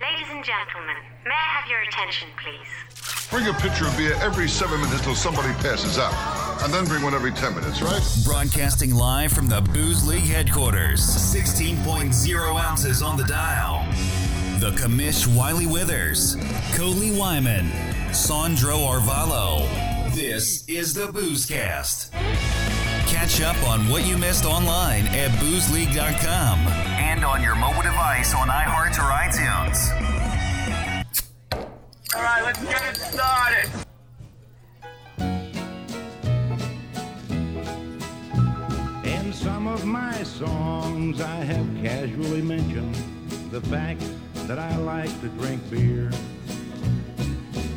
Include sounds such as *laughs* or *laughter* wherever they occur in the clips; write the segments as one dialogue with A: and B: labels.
A: Ladies and gentlemen, may I have your attention, please?
B: Bring a pitcher of beer every seven minutes till somebody passes out. And then bring one every 10 minutes, right?
C: Broadcasting live from the Booze League headquarters. 16.0 ounces on the dial. The Commish Wiley Withers, Coley Wyman, Sandro Arvalo. This is the Boozecast. Catch up on what you missed online at boozeleague.com and on your mobile device on iHeart or iTunes.
D: All right, let's get it started.
E: In some of my songs, I have casually mentioned the fact that I like to drink beer.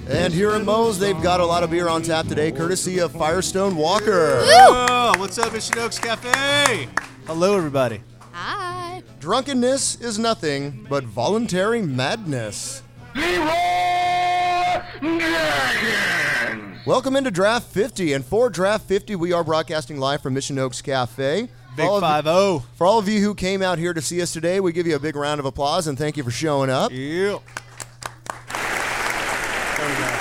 F: And here at Moe's, they've got a lot of beer on tap today, courtesy of Firestone Walker.
G: Oh, what's up, Mission Oaks Cafe? Hello, everybody.
H: Hi.
F: Drunkenness is nothing but voluntary madness. Welcome into Draft 50, and for Draft 50, we are broadcasting live from Mission Oaks Cafe.
G: Big
F: All of-
G: five zero.
F: For all of you who came out here to see us today, we give you a big round of applause and thank you for showing up.
G: Yeah. There we go.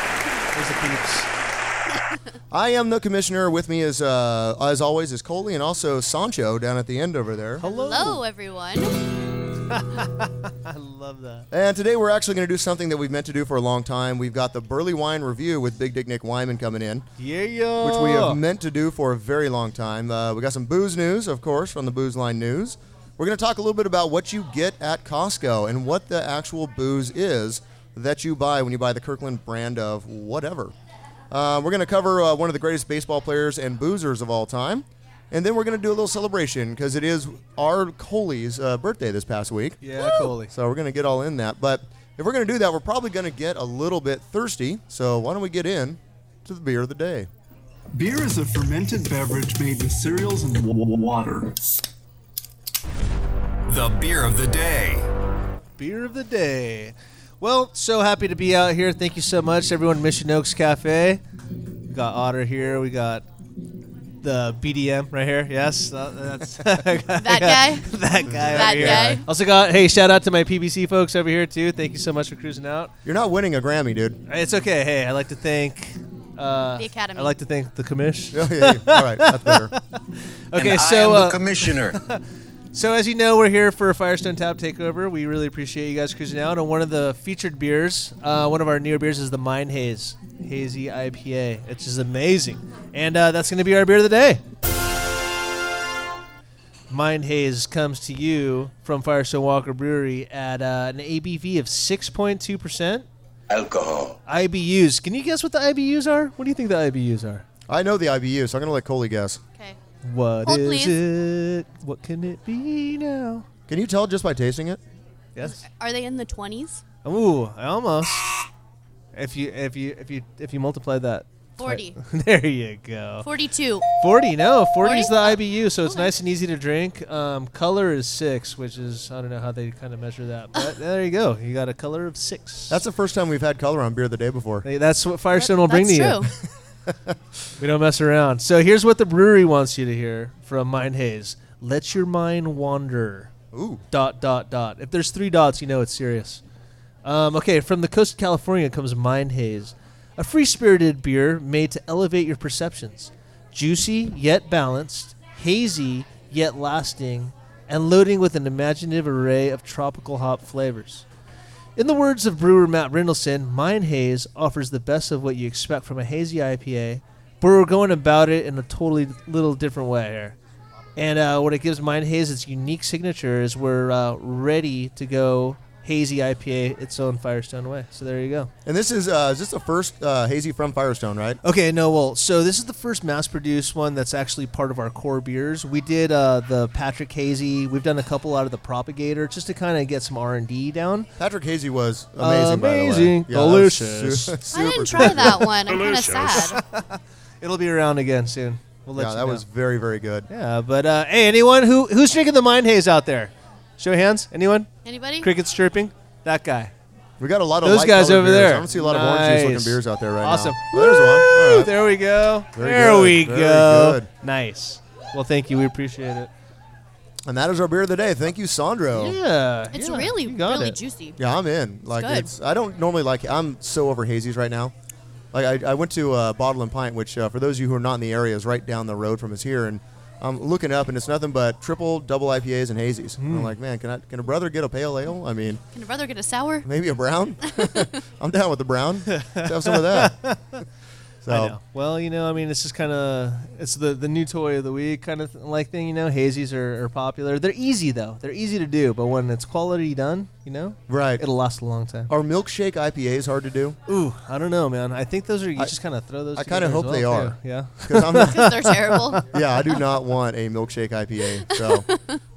G: There's the peeps.
F: I am the commissioner. With me is, uh, as always, is Coley and also Sancho down at the end over there.
H: Hello, everyone.
G: I love that.
F: And today we're actually going to do something that we've meant to do for a long time. We've got the Burley Wine Review with Big Dick Nick Wyman coming in,
G: Yeah, yeah.
F: which we have meant to do for a very long time. Uh, we got some booze news, of course, from the Booze Line News. We're going to talk a little bit about what you get at Costco and what the actual booze is that you buy when you buy the Kirkland brand of whatever. Uh, we're going to cover uh, one of the greatest baseball players and boozers of all time. And then we're going to do a little celebration because it is our Coley's uh, birthday this past week.
G: Yeah, Coley.
F: So we're going to get all in that. But if we're going to do that, we're probably going to get a little bit thirsty. So why don't we get in to the beer of the day?
I: Beer is a fermented beverage made with cereals and w- w- water.
C: The beer of the day.
G: Beer of the day. Well, so happy to be out here. Thank you so much, everyone. Mission Oaks Cafe. We got Otter here. We got the BDM right here. Yes, that- that's *laughs* that
H: That guy.
G: *laughs* that guy.
H: That
G: over
H: guy.
G: Here. *laughs* Also got hey, shout out to my PBC folks over here too. Thank you so much for cruising out.
F: You're not winning a Grammy, dude. *laughs*
G: It's okay. Hey, I'd like to thank uh,
H: The Academy.
G: I'd like to thank the commish.
F: Yeah, yeah, yeah. All right, that's better.
G: Okay, so uh, *laughs* so as you know, we're here for Firestone Tap Takeover. We really appreciate you guys cruising out. And one of the featured beers, uh, one of our newer beers, is the Mine Haze Hazy IPA. It's just amazing, and uh, that's going to be our beer of the day. Mind Haze comes to you from Firestone Walker Brewery at uh, an ABV of 6.2%.
J: alcohol.
G: IBUs. Can you guess what the IBUs are? What do you think the IBUs are?
F: I know the IBU, so I'm going to let Coley guess.
H: Okay.
G: What is
H: Hold, please.
G: it? What can it be now?
F: Can you tell just by tasting it?
G: Yes.
H: Are they in the 20s?
G: Ooh, I almost. If you if you if you if you multiply that. *laughs*
H: 40.
G: there you go.
H: 42.
G: 40, no, 40 is the
H: 40?
G: IBU, so it's
H: Okay.
G: nice and easy to drink. Um, color is six, which is I don't know how they kind of measure that, but there you go. You got a color of six.
F: That's the first time we've had color on beer of the day before.
G: Hey, that's what Firestone will bring
H: That's
G: to
H: true.
G: *laughs* you. We don't mess around. So here's what the brewery wants you to hear from Mind Haze. Let your mind wander.
F: Ooh.
G: Dot dot dot. If there's three dots, you know it's serious. Um, okay, from the coast of California comes Mind Haze, a free spirited beer made to elevate your perceptions. Juicy yet balanced, hazy yet lasting, and loading with an imaginative array of tropical hop flavors. In the words of brewer Matt Rindelson, Mine Haze offers the best of what you expect from a hazy IPA, but we're going about it in a totally little different way here. And uh, what it gives Mine Haze its unique signature is we're uh, ready to go hazy IPA its own Firestone way. So there you go.
F: And this is uh, is this the first uh, hazy from Firestone, right?
G: Okay, no, well, so this is the first mass-produced one that's actually part of our core beers. We did uh, the Patrick Hazy. We've done a couple out of the Propagator just to kind of get some R and D down.
F: Patrick Hazy was amazing, by the way.
G: Amazing.
F: Yeah, that was *laughs*
G: Delicious.
F: su-
H: I
F: super
H: didn't try that one. I'm kind of
G: *laughs*
H: sad.
G: It'll be around again soon. We'll let
F: Yeah,
G: you
F: that
G: know.
F: was very, very good.
G: Yeah, but uh, hey, anyone who who's drinking the mind haze out there? Show of hands. Anyone?
H: Anybody?
G: Crickets chirping. That guy.
F: We got a lot of
G: Those
F: light
G: guys
F: colored
G: over
F: beers.
G: there.
F: I don't see a lot of orange juice
G: Nice.
F: looking beers out there right
G: awesome.
F: now. Oh, There's one. All
G: Woo!
F: right.
G: There we go.
F: Very
G: there
F: good.
G: we
F: Very
G: go.
F: good.
G: Nice. Well, thank you. We appreciate it.
F: And that is our beer of the day. Thank you, Sandro.
G: Yeah,
H: It's
G: yeah,
H: really,
G: you got
H: really
G: it.
H: juicy.
F: Yeah, I'm in. Like
H: good.
F: it's, I don't normally like. I'm so over hazies right now. Like I, I went to uh, Bottle and Pint, which uh, for those of you who are not in the area is right down the road from us here, and I'm looking up and it's nothing but triple, double IPAs and hazies. And I'm like, man, can I can a brother get a pale ale? I mean,
H: Can a brother get
G: *laughs*
H: a sour?
F: maybe a brown. *laughs* I'm down with the brown. Let's have some of that. So
G: I know. Well, you know, I mean, it's just kind of it's the the new toy of the week kind of like thing. You know, hazies are, are popular. They're easy though. They're easy to do, but when it's quality done, you know,
F: Right.
G: it'll last a long time.
F: are milkshake IPAs hard to do?
G: Ooh, I don't know, man. I think those are you just kind of throw those.
F: I kinda
G: together as
F: hope they
G: well,
F: are.
G: too. Yeah.
F: 'Cause I'm not-
H: Because they're
G: *laughs*
H: terrible.
F: yeah, I do not want a milkshake IPA. So,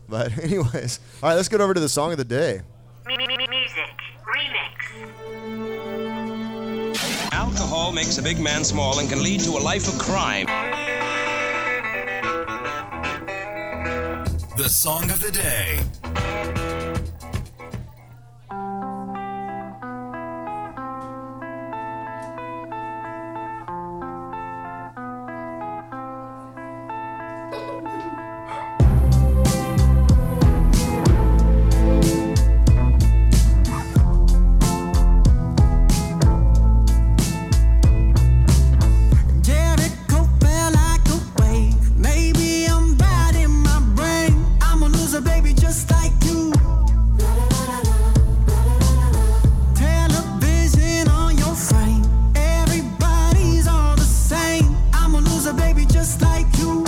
F: but anyways, all right, let's get over to the song of the day.
A: M- m- m- music. Remix.
J: Alcohol makes a big man small and can lead to a life of crime.
C: The song of the day.
J: Just like you.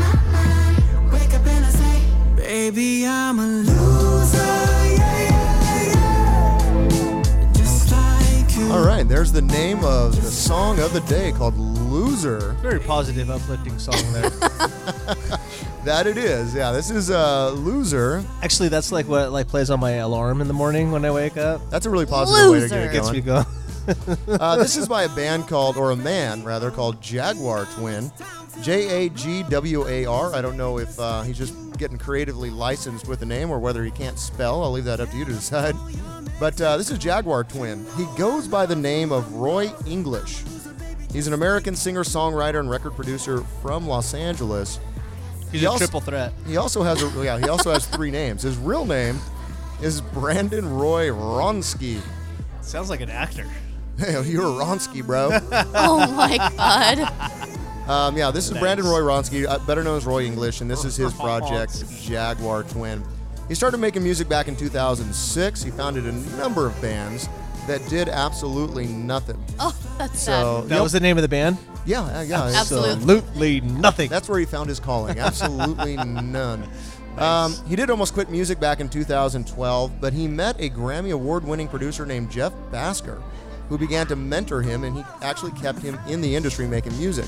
J: Wake up and I say, Baby, I'm a loser. Yeah, yeah, yeah. Just like you.
F: All right, there's the name of the song of the day called Loser.
G: Very positive, uplifting song there. *laughs*
F: That it is. Yeah, this is uh, Loser.
G: Actually, that's like what like plays on my alarm in the morning when I wake up.
F: That's a really positive way to get
H: Loser.
F: it
G: Gets me
F: going.
G: going.
F: Uh, this is by a band called, or a man rather, called Jaguar Twin. J A G W A R. I don't know if uh, he's just getting creatively licensed with the name or whether he can't spell. I'll leave that up to you to decide. But uh, this is Jaguar Twin. He goes by the name of Roy English. He's an American singer, songwriter, and record producer from Los Angeles.
G: He's
F: He
G: a
F: also-
G: triple threat.
F: He also has a yeah. He also has three names. His real name is Brandon Roy Ronsky.
G: Sounds like an actor.
F: *laughs* Hey, you're Ronsky, bro.
H: oh my god. *laughs*
F: Um, yeah, this is Brandon Roy Ronsky, uh, better known as Roy English, and this is
G: *laughs*
F: his project Jaguar Twin. He started making music back in 2006. He founded a number of bands that did absolutely nothing.
H: Oh, that's
F: So
G: That
F: yep.
G: was the name of the band.
F: yeah, uh, yeah. it's, uh,
H: Absolutely.
G: Absolutely nothing.
F: That's where he found his calling.
H: *laughs*
F: Absolutely none. Um, he did almost quit music back in 2012, but he met a Grammy Award winning producer named Jeff Basker, who began to mentor him, and he actually kept him in the industry making music.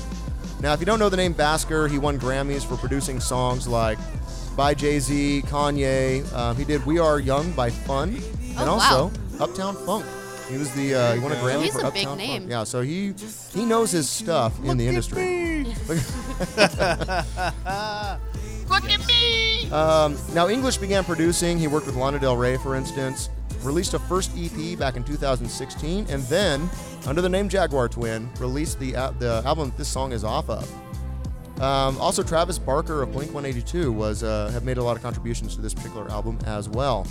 F: Now, if you don't know the name Basker, he won Grammys for producing songs like by Jay Z, Kanye. Um, he did We Are Young by Fun, and
H: Oh,
F: also
H: wow.
F: Uptown Funk. He was the uh, he won a Grammy
H: He's
F: for
H: a
F: Uptown
H: big
F: Funk.
H: name.
F: Yeah, so he he knows his stuff in the industry. *laughs* Um, now, English began producing. He worked with Lana Del Rey, for instance, released a first EP back in 2016, and then, under the name Jaguar Twin, released the, al- the album that this song is off of. Um, also, Travis Barker of Blink 182 was uh, have made a lot of contributions to this particular album as well.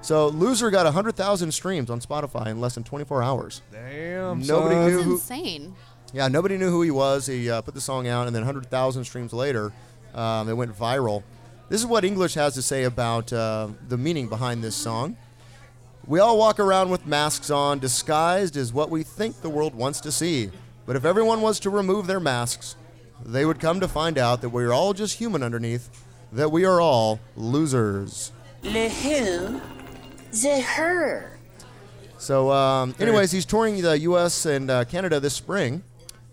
F: So, Loser got 100,000 streams on Spotify in less than 24 hours.
G: Damn.
F: Nobody
G: son.
F: knew
H: That's
F: who,
H: insane.
F: yeah, nobody knew who he was. He uh, put the song out, and then 100,000 streams later, um, it went viral. This is what English has to say about uh, the meaning behind this song. We all walk around with masks on, disguised as what we think the world wants to see. But if everyone was to remove their masks, they would come to find out that we're all just human underneath, that we are all losers.
J: Le who? The her.
F: So, um, anyways, he's touring the U.S. and uh, Canada this spring.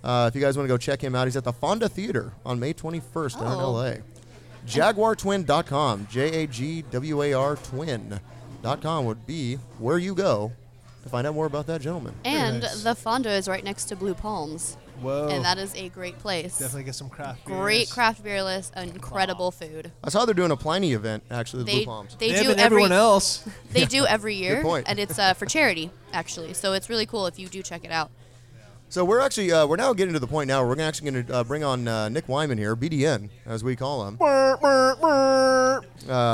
F: Uh, if you guys want to go check him out, he's at the Fonda Theater on May 21st down in
H: Oh.
F: L.A. JaguarTwin.com, J-A-G-W-A-R Twin.com would be where you go to find out more about that gentleman.
H: And the Fonda is right next to Blue Palms.
G: Whoa.
H: and that is a great place.
G: Oh. Definitely get some craft beers.
H: Great craft beer list, incredible food.
F: I saw they're doing a Pliny event actually. The
H: They
F: Blue Palms.
H: they,
G: They
H: do
G: have
H: every
G: everyone else.
H: they do every year,
F: point.
H: and it's uh, for charity actually. So it's really cool if you do check it out.
F: So we're actually uh, we're now getting to the point now where we're actually going to uh, bring on uh, Nick Wyman here, BDN as we call him. Uh,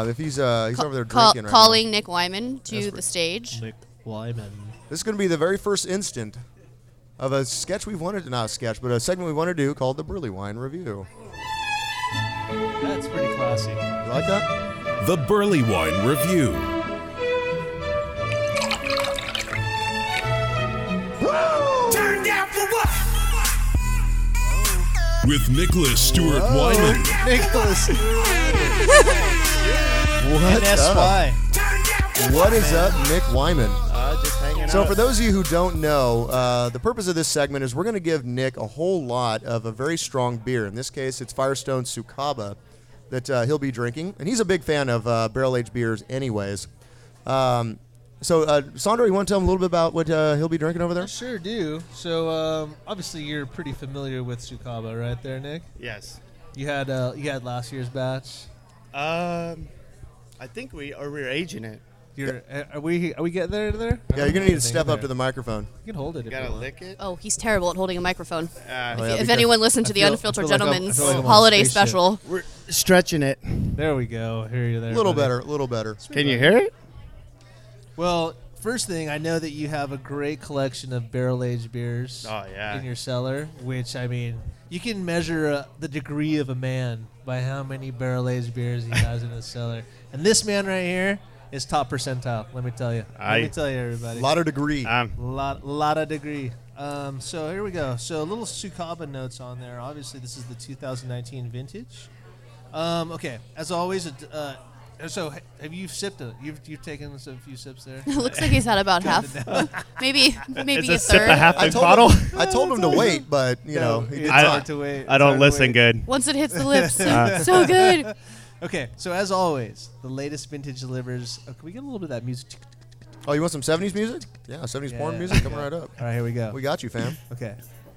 F: if he's uh, he's over there
H: Call,
F: drinking right now.
H: calling Nick Wyman to the
F: right.
H: stage.
G: Nick Wyman.
F: This is going to be the very first instant of a sketch we've wanted to not a sketch, but a segment we want to do called the Burley Wine Review.
G: That's pretty classy.
F: You like that?
C: The Burley Wine Review.
J: Turned out for what?
C: With Nicholas Stewart Wyman.
G: Nicholas.
F: What
G: NSY.
J: Turned out for
F: What is up, Nick Wyman?
D: Uh, just hanging
F: So,
D: out.
F: for those of you who don't know, uh, the purpose of this segment is we're going to give Nick a whole lot of a very strong beer. In this case, it's Firestone Sukaba that uh, he'll be drinking. And he's a big fan of uh, barrel aged beers, anyways. Um, so, uh, Sandro, you want to tell him a little bit about what uh, he'll be drinking over there?
G: Sure do. So um, obviously you're pretty familiar with Sukaba, right there, Nick.
D: yes.
G: You had uh, you had last year's batch.
D: Um, I think we or we're aging it.
G: You're, uh, Are we are we getting there? There?
F: Yeah, you're going to need to step up to the microphone.
G: You can hold it. If
D: Gotta
G: you want.
D: lick it.
K: Uh,
H: Oh, he's terrible at holding a microphone.
D: Uh,
F: Oh, yeah,
H: if
F: because-
H: anyone listened to
G: I
H: the
G: feel- I
H: Unfiltered
G: feel like I'm on- I
H: Gentleman's
G: feel like I'm on a
H: holiday
G: spaceship.
H: special, *laughs*
D: we're stretching it.
G: There we go. Here you there.
F: A little
G: buddy.
F: better, a little better.
D: Can you hear it?
G: Well, first thing I know that you have a great collection of barrel aged beers.
D: Oh, yeah.
G: In your cellar, which I mean, you can measure uh, the degree of a man by how many barrel aged beers he has in his cellar. And this man right here is top percentile. Let me tell you.
D: Aye.
G: let me tell you, everybody.
F: A lot of degree.
D: Um,
G: lot, lot of degree. Um, so here we go. So little Sukaba notes on there. Obviously, this is the 2019 vintage. Um, okay, as always. it, Uh, so ha- have you sipped it? You've you've taken a few sips *laughs* there.
H: it looks like he's had about half, maybe maybe a
K: It's a sip
H: third.
K: a half
F: I
K: big
F: told
K: bottle.
F: Him, *laughs* I told him to wait, but you know, he did
K: I
F: not.
K: don't-
G: to wait.
K: I don't listen good.
H: Once it hits the
G: *laughs*
H: lips, so,
G: Uh.
H: *laughs* so good.
G: Okay, so as always, the latest vintage delivers. Oh, can we get a little bit of that music?
F: Oh, you want some '70s music? Yeah, '70s porn
G: Yeah.
F: music. Come right up.
G: All right, here we go.
F: We got you, fam.
G: okay,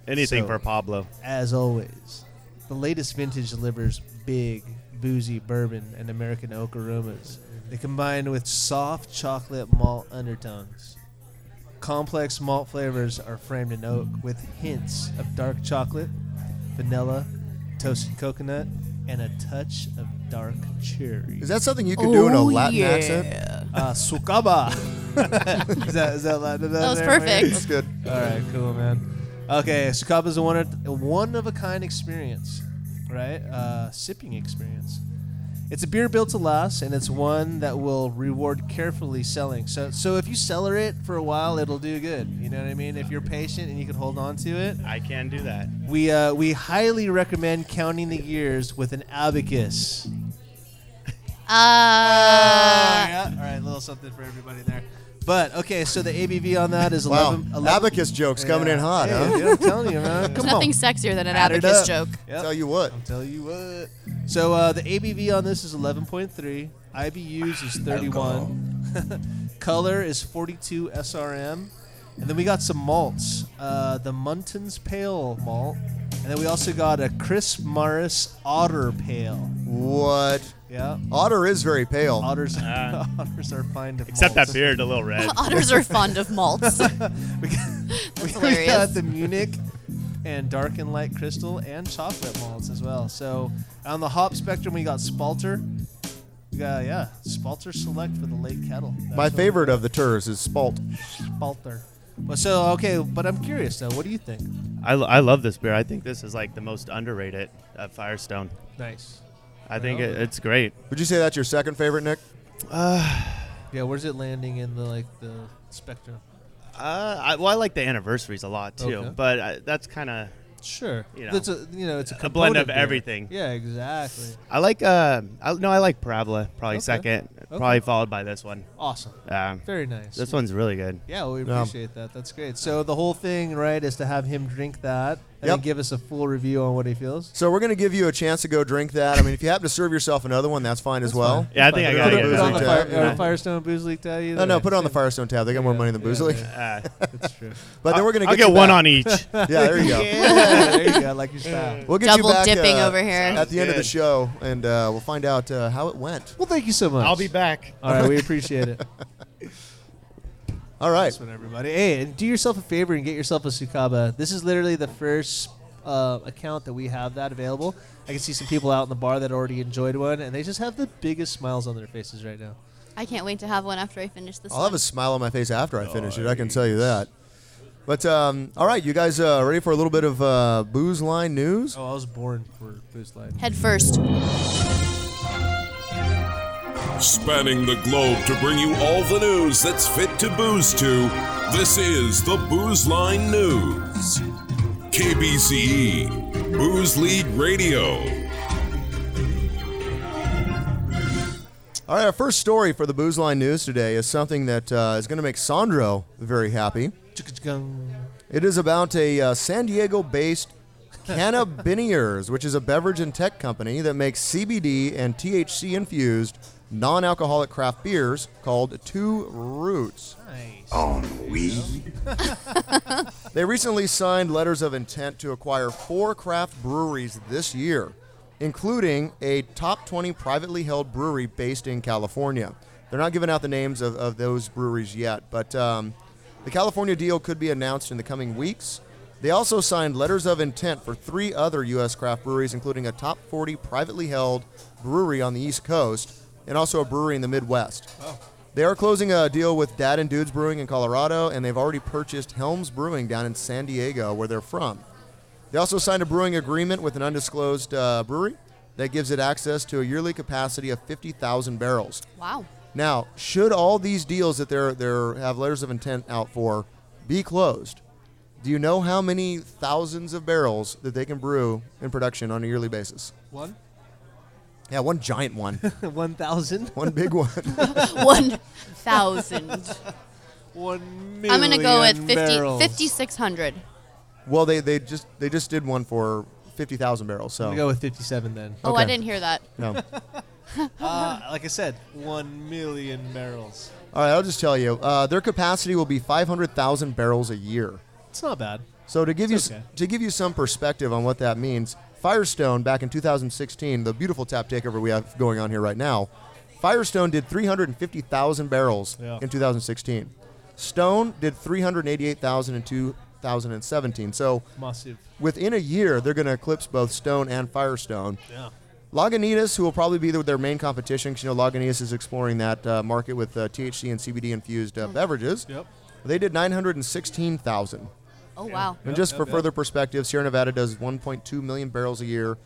K: Anything
G: So-
K: for Pablo.
G: as always, the latest vintage delivers big, boozy bourbon and American oak aromas. They combine with soft chocolate malt undertones. Complex malt flavors are framed in oak with hints of dark chocolate, vanilla, toasted coconut, and a touch of dark cherry.
F: Is that something you can do in a
H: Oh,
F: Latin
H: yeah.
F: accent?
G: Uh, sukaba. *laughs* is that is that Latin?
H: That was
G: there, Mary?
H: perfect.
F: That's good.
G: All right, cool, man. Okay, Sukaba is a one a one of a kind experience, right? Uh, sipping experience. It's a beer built to last, and it's one that will reward carefully selling. So, so if you cellar it for a while, it'll do good. You know what I mean? If you're patient and you can hold on to it,
K: I can do that.
G: we uh, we highly recommend counting the years with an abacus.
H: Uh,
G: yeah. All right, a little something for everybody there. But okay, so the ABV on that is
F: Wow,
G: 11. 11
F: abacus jokes coming in hot,
G: Hey,
F: huh?
G: dude, I'm telling you, man. Come on.
H: nothing sexier than an
G: Add it
H: abacus
G: up.
H: joke.
G: Yep.
F: Tell you what,
G: Tell you what. So uh, the ABV on this is 11.3. IBUs is 31. *laughs* Color is 42 SRM. And then we got some malts. Uh, the Muntin's Pale Malt. And then we also got a Chris Morris Otter Pale.
F: what?
G: Yeah.
F: Otter is very pale.
G: Otters, *laughs* otters are fine to
K: Ah. Except
G: malts.
K: that beard, a
E: *laughs*
K: little red.
H: Otters are fond of malts. *laughs* That's
G: We got- we *laughs*
H: hilarious.
G: got the Munich and dark and light crystal and chocolate malts as well. So on the hop spectrum, we got Spalter. We got yeah, Spalter Select for the late kettle. That's
F: My
G: what-
F: favorite of the tours is Spalt.
G: Spalter. Well, so okay, but I'm curious though. What do you think?
K: I, lo- I love this beer. I think this is like the most underrated at Firestone.
G: Nice.
K: I think
G: Well-
K: it, it's great.
F: Would you say that's your second favorite, Nick?
G: Yeah, where's it landing in the like the spectrum?
K: Uh, I, well, I like the anniversaries a lot too,
G: Okay.
K: but I, that's kind of.
G: Sure.
K: You know,
G: it's a you know it's a,
K: a blend
G: component
K: of
G: beer.
K: everything.
G: Yeah, exactly.
K: I like. Uh, I, no, I like Pravla probably
G: Okay.
K: second,
G: Okay.
K: probably followed by this one.
G: Awesome.
K: Um,
G: Very nice.
K: this one's really good.
G: Yeah, well, we appreciate that. That's great. So the whole thing, right, is to have him drink that and then give us a full review on what he feels.
F: So we're gonna give you a chance to go drink that. I mean, if you happen to serve yourself another one, that's fine as well.
K: Yeah, I think I
F: Put
K: gotta
F: it
K: get
F: on
K: that.
F: Booze
K: on
F: League
K: the
F: tab.
K: fire-
G: Or uh, Firestone Booze League tell you.
F: No, no, put it on the Firestone tab. They got more money than Booze League.
G: That's true.
F: But then we're gonna
K: Uh, I'll
F: get
K: get
F: you
K: one
F: back.
K: on each.
F: *laughs* yeah, there you go.
G: Yeah, there you go. I Like
F: *laughs*
G: your style.
F: We'll get
H: Double
F: you back,
H: dipping
F: uh,
H: over here.
F: at the end of the show, and uh, we'll find out uh, how it went.
G: Well, thank you so much.
L: I'll be back.
G: All right, we appreciate it.
F: All right.
G: This one, everybody. Hey, and do yourself a favor and get yourself a Sukaba. This is literally the first uh, account that we have that available. I can see some people out in the bar that already enjoyed one, and they just have the biggest smiles on their faces right now.
H: I can't wait to have one after I finish this.
F: I'll have a smile on my face after
G: Oh,
F: I finish it. I can tell you that. But um, all right, you guys uh, ready for a little bit of uh, booze line news?
G: Oh, I was born for Boost Light.
H: Head first.
M: Spanning the globe to bring you all the news that's fit to booze to, this is the Booze Line News. KBCE, E, Booze League Radio.
F: All right, our first story for the booze line news today is something that uh, is going to make Sandro very happy. It is about a uh, San Diego-based Cannabiniers, which is a beverage and tech company that makes CBD and THC-infused non-alcoholic craft beers called Two Roots.
N: On weed.
F: They recently signed letters of intent to acquire four craft breweries this year, including a top 20 privately held brewery based in California. They're not giving out the names of, of those breweries yet, but um, the California deal could be announced in the coming weeks. They also signed letters of intent for three other U.S. craft breweries, including a top 40 privately held brewery on the East Coast and also a brewery in the Midwest. They are closing a deal with Dad and Dudes Brewing in Colorado, and they've already purchased Helms Brewing down in San Diego, where they're from. They also signed a brewing agreement with an undisclosed uh, brewery that gives it access to a yearly capacity of 50,000 barrels.
H: Wow.
F: Now, should all these deals that they're, they're have letters of intent out for be closed, do you know how many thousands of barrels that they can brew in production on a yearly basis?
G: One?
F: Yeah, one giant one,
G: *laughs* one thousand?
F: one big one.
H: one
F: *laughs*
H: thousand.
G: One
H: I'm gonna go with
F: million
H: 50,
F: barrels.
H: 5,600.
F: Well, they, they just they just did one for fifty thousand barrels. So
G: I'm gonna go with 57 then.
H: Oh, I didn't hear that.
F: No.
G: uh, like I said, one million barrels.
F: All right, I'll just tell you. Uh, their capacity will be five hundred thousand barrels a year.
G: It's not bad.
F: So to give
G: It's
F: you s-
G: okay.
F: to give you some perspective on what that means, Firestone back in 2016, the beautiful tap takeover we have going on here right now, Firestone did 350,000 barrels
G: Yeah.
F: in 2016. Stone did 388,000 in 2017. So
G: Massive.
F: within a year, they're going to eclipse both Stone and Firestone.
G: Yeah.
F: Lagunitas, who will probably be their- their main competition, because you know Lagunitas is exploring that uh, market with uh, THC and CBD infused uh, beverages.
G: Hmm. Yep.
F: They did 916,000.
H: Oh wow.
F: And just for further perspective, Sierra Nevada does 1.2 million barrels a year,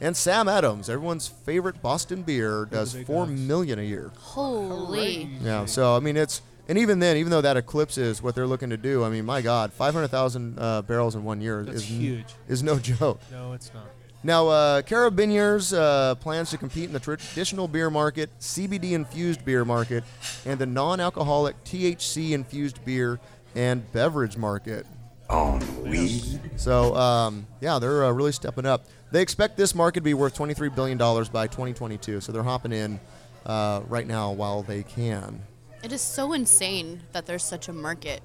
F: and Sam Adams, everyone's favorite Boston beer, does
H: big
F: 4 million a year.
H: Holy.
F: Yeah. So I mean, it's and even then, even though that eclipses what they're looking to do, I mean, my God, 500,000 uh, barrels in one year
G: That's
F: is
G: huge.
F: Is no *laughs* joke.
G: No, it's not.
F: Now, uh, Carabiniers uh, plans to compete in the traditional beer market, CBD infused beer market, and the non alcoholic THC infused beer and beverage market. On weed. So, um, yeah, they're uh, really stepping up. They expect this market to be worth $23 billion by 2022. So they're hopping in uh, right now while they can.
H: It is so insane that there's such a market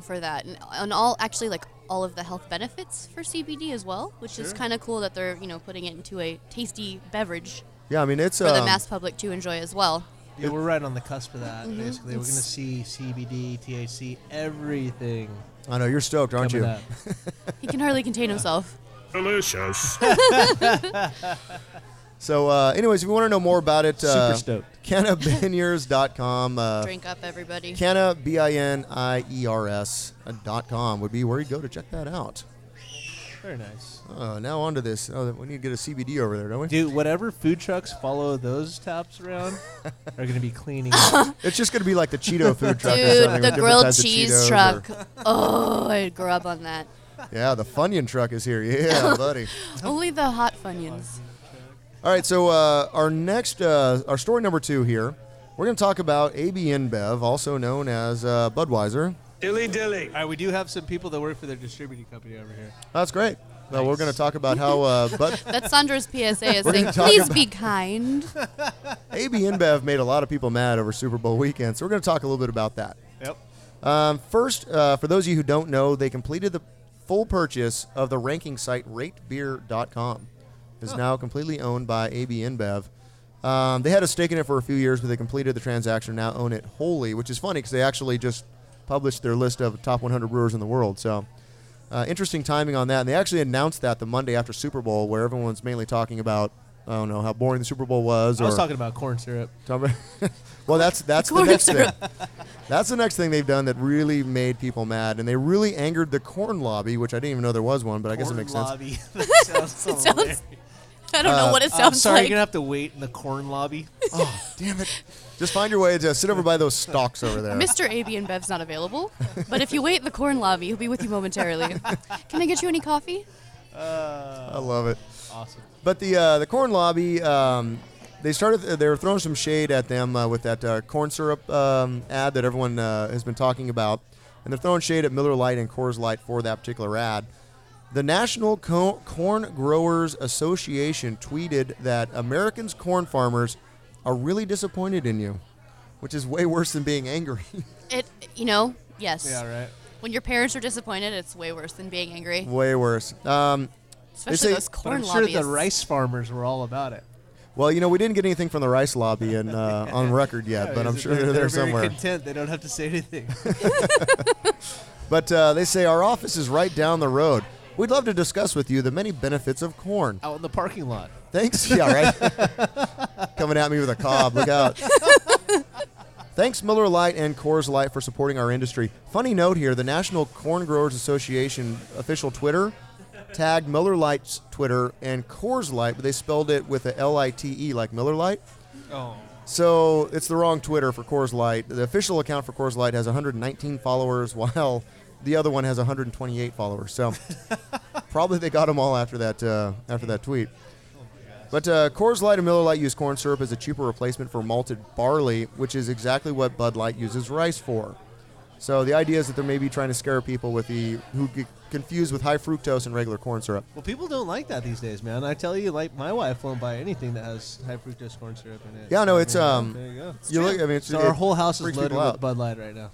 H: for that, and, and all actually like all of the health benefits for CBD as well, which is
F: Sure.
H: kind of cool that they're you know putting it into a tasty beverage
F: Yeah, I mean, it's.
H: for the
F: um,
H: mass public to enjoy as well.
G: Yeah, we're right on the cusp of that.
H: Mhm.
G: Basically, we're gonna
H: It's-
G: see CBD, THC, everything.
F: I know, you're stoked, aren't
G: coming
F: you?
G: up.
H: He can hardly contain himself.
M: Delicious.
F: So, uh, anyways, if you want to know more about it, uh,
G: Super stoked.
F: cannabiniers.com. Uh,
H: Drink up, everybody.
F: Canna, B I N I E R S uh, dot com would be where you go to check that out.
G: Very
H: *laughs*
G: nice.
F: Uh, now, onto this. Oh, we need to get a CBD over there, don't we?
G: Dude, whatever food trucks follow those taps around
H: *laughs*
G: are gonna be cleaning. up.
F: It's just going to be like the Cheeto
H: *laughs*
F: food truck. or something
H: Dude,
F: with
H: the
F: different
H: grilled
F: types of
H: cheese
F: Cheetos
H: truck.
F: or-
H: Oh, I grew up on that.
F: yeah, the Funyun truck is here.
H: *laughs*
F: Yeah, buddy.
H: Only the hot funyuns.
F: All right, so uh, our next, uh, our story number two here, we're going to talk about AB InBev, also known as uh, Budweiser.
G: dilly dilly. All right, we do have some people that work for their distributing company over here.
F: That's great. No, we're going to talk about how uh, but
H: That's Sandra's PSA is
F: We're
H: saying,
F: gonna talk
H: please
F: about-
H: be kind.
F: AB InBev made a lot of people mad over Super Bowl weekend, so we're going to talk a little bit about that.
D: Yep.
F: Um, first, uh, for those of you who don't know, they completed the full purchase of the ranking site ratebeer.com. It's now completely owned by AB InBev. Um, they had a stake in it for a few years, but they completed the transaction and now own it wholly, which is funny because they actually just published their list of top 100 brewers in the world. So, uh, interesting timing on that. And they actually announced that the Monday after Super Bowl, where everyone's mainly talking about, I don't know, how boring the Super Bowl was.
G: I was
F: or-
G: talking about corn syrup.
F: Tom- *laughs* well, that's that's the
G: Corn
F: next thing.
G: syrup.
F: That's the next thing they've done that really made people mad, and they really angered the corn lobby, which I didn't even know there was one, but I guess it makes sense.
G: *laughs* that sounds, so
H: *laughs* It *laughs* sounds-
G: hilarious.
H: *laughs* I don't know
F: Uh,
H: what it
F: I'm
H: sounds
G: I'm sorry,
H: like.
G: you're gonna have to wait in the corn
H: *laughs*
G: lobby.
F: Oh, damn it! Just find your way to sit over by those stalks over there.
H: Mr. AB and Bev's not available, but if you wait in the corn lobby, he'll be with you momentarily.
F: *laughs*
H: Can I get you any coffee?
F: I love it.
G: Awesome.
F: But the uh, the corn lobby, um, they started. They were throwing some shade at them uh, with that uh, corn syrup um, ad that everyone uh, has been talking about, and they're throwing shade at Miller Lite and Coors Light for that particular ad. The National Co- Corn Growers Association tweeted that Americans corn farmers are really disappointed in you, which is way *laughs* worse than being
G: *laughs*
F: angry.
H: It, you know, yes.
F: Yeah, right.
H: When your parents are disappointed, it's way worse than being angry.
F: way worse. Um, they
H: Especially
F: say-
H: those
G: But
H: corn
G: I'm sure the
H: lobbyists.
G: rice farmers were all about it.
F: Well, you know, we didn't get anything from the rice lobby and uh, on record yet,
G: *laughs* Yeah,
F: but I'm
G: is it-
F: sure they're, there
G: very
F: somewhere.
G: Content, they don't have to say
H: *laughs*
G: anything.
F: But uh, they say our office is right down the road. We'd love to discuss with you the many benefits of corn.
G: Out in the parking lot.
F: Thanks. *laughs* Yeah, right. Coming at me with a cob. Look out. *laughs* Thanks, Miller Lite and Coors Light, for supporting our industry. Funny note here the National Corn Growers Association official Twitter tagged Miller Lite's Twitter and Coors Light, but they spelled it with a L I T E, like Miller Lite.
G: Oh.
F: So it's the wrong Twitter for Coors Light. The official account for Coors Light has 119 followers, while the other one has 128 followers. So probably they got them all after that uh, after that tweet. But uh, Coors Light and Miller Lite use corn syrup as a cheaper replacement for malted barley, which is exactly what Bud Light uses rice for. So the idea is that they're maybe trying to scare people with the who get confused with high fructose and regular corn syrup.
G: Well, people don't like that these days, man. I tell you, like my wife won't buy anything that has high fructose corn syrup in it.
F: Yeah, no,
G: I
F: it's
G: mean,
F: um.
G: There you go.
F: You look. I mean, it's,
G: so
F: it
G: our whole house is
F: freaks
G: loaded
F: people
G: with
F: out.
G: Bud Light
F: *laughs*
G: right now.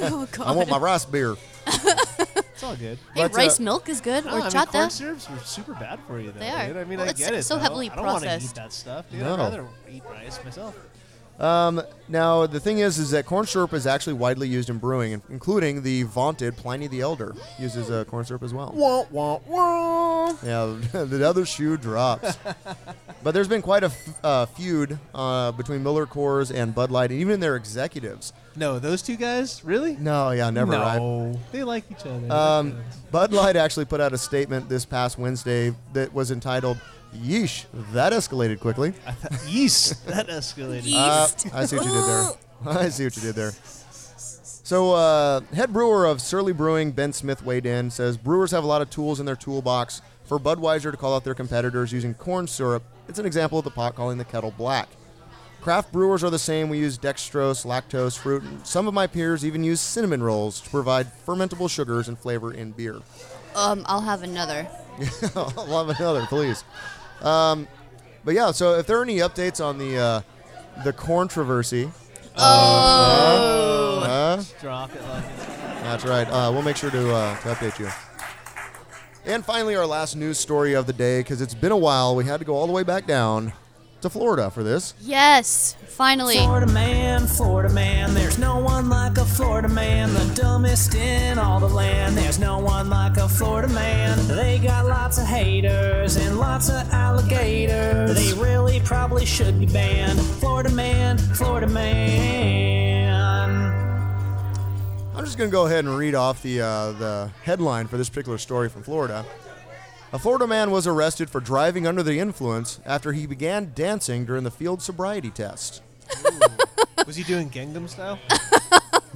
H: Oh,
F: I want
H: *laughs*
F: my
H: God.
F: rice beer.
G: It's all good.
H: Hey,
F: But, uh,
H: rice milk is good,
G: No,
H: *laughs* or
G: I mean,
H: chata.
G: corn syrups are super bad for you, though.
H: They are.
G: dude. I mean,
H: Well,
G: I
H: it's
G: get it.
H: so
G: though.
H: heavily
G: I don't want to eat
H: processed.
G: that stuff, dude.
F: No.
G: I'd rather eat rice myself.
F: Um, now the thing is, is that corn syrup is actually widely used in brewing, in- including the vaunted Pliny the Elder uses uh, corn syrup as well. Yeah, *laughs* the other shoe drops. but there's been quite a f- uh, feud uh, between Miller Coors and Bud Light, and even their executives.
G: No, those two guys, really?
F: No, yeah, never.
G: No.
F: right?
G: They like each other.
F: Um, Bud Light actually put out a statement this past Wednesday that was entitled "Yeesh, that escalated quickly."
G: yeast. That escalated.
F: Uh, I see what you did there. I see what you did there. So, uh, head brewer of Surly Brewing, Ben Smith, weighed in. Says brewers have a lot of tools in their toolbox. For Budweiser to call out their competitors using corn syrup, it's an example of the pot calling the kettle black. Craft brewers are the same. We use dextrose, lactose, fruit. And some of my peers even use cinnamon rolls to provide fermentable sugars and flavor in beer.
H: Um, I'll have another.
F: *laughs* I'll have another, please. Um, but yeah, so if there are any updates on the uh, the controversy,
G: Oh.
F: uh, uh,
G: Drop it like
F: that's right. Uh, we'll make sure to, uh, to update you. And finally, our last news story of the day, because it's been a while. We had to go all the way back down to Florida for this.
H: Yes, finally.
J: Florida man, Florida man, there's no one like a Florida man, the dumbest in all the land. There's no one like a Florida man. They got lots of haters and lots of alligators. They really probably should be banned. Florida man, Florida man.
F: I'm just going to go ahead and read off the, uh, the headline for this particular story from Florida. A Florida man was arrested for driving under the influence after he began dancing during the field sobriety test.
G: that. Was he doing Gangnam Style?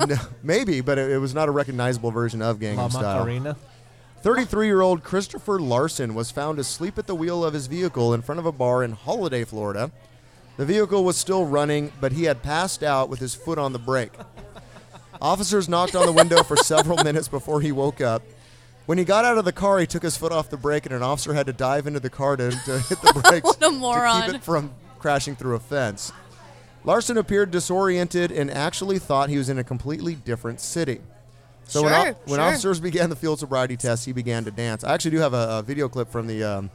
F: no, *laughs* maybe, but it, it was not a recognizable version of Gangnam
G: La
F: Style.
G: Macarena?
F: 33 year old Christopher Larson was found asleep at the wheel of his vehicle in front of a bar in Holiday, Florida. The vehicle was still running, but he had passed out with his foot
H: *laughs*
F: on the brake. Officers knocked on the window for several minutes before he woke up. When he got out of the car, he took his foot off the brake, and an officer had to dive into the car to, to hit
H: *laughs*
F: the brakes
H: What a
F: to
H: moron.
F: keep it from crashing through a fence. Larson appeared disoriented and actually thought he was in a completely different city. So when,
H: Sure,
F: when
H: sure.
F: officers began the field sobriety test, he began to dance. I actually do have a, a video clip from the, um,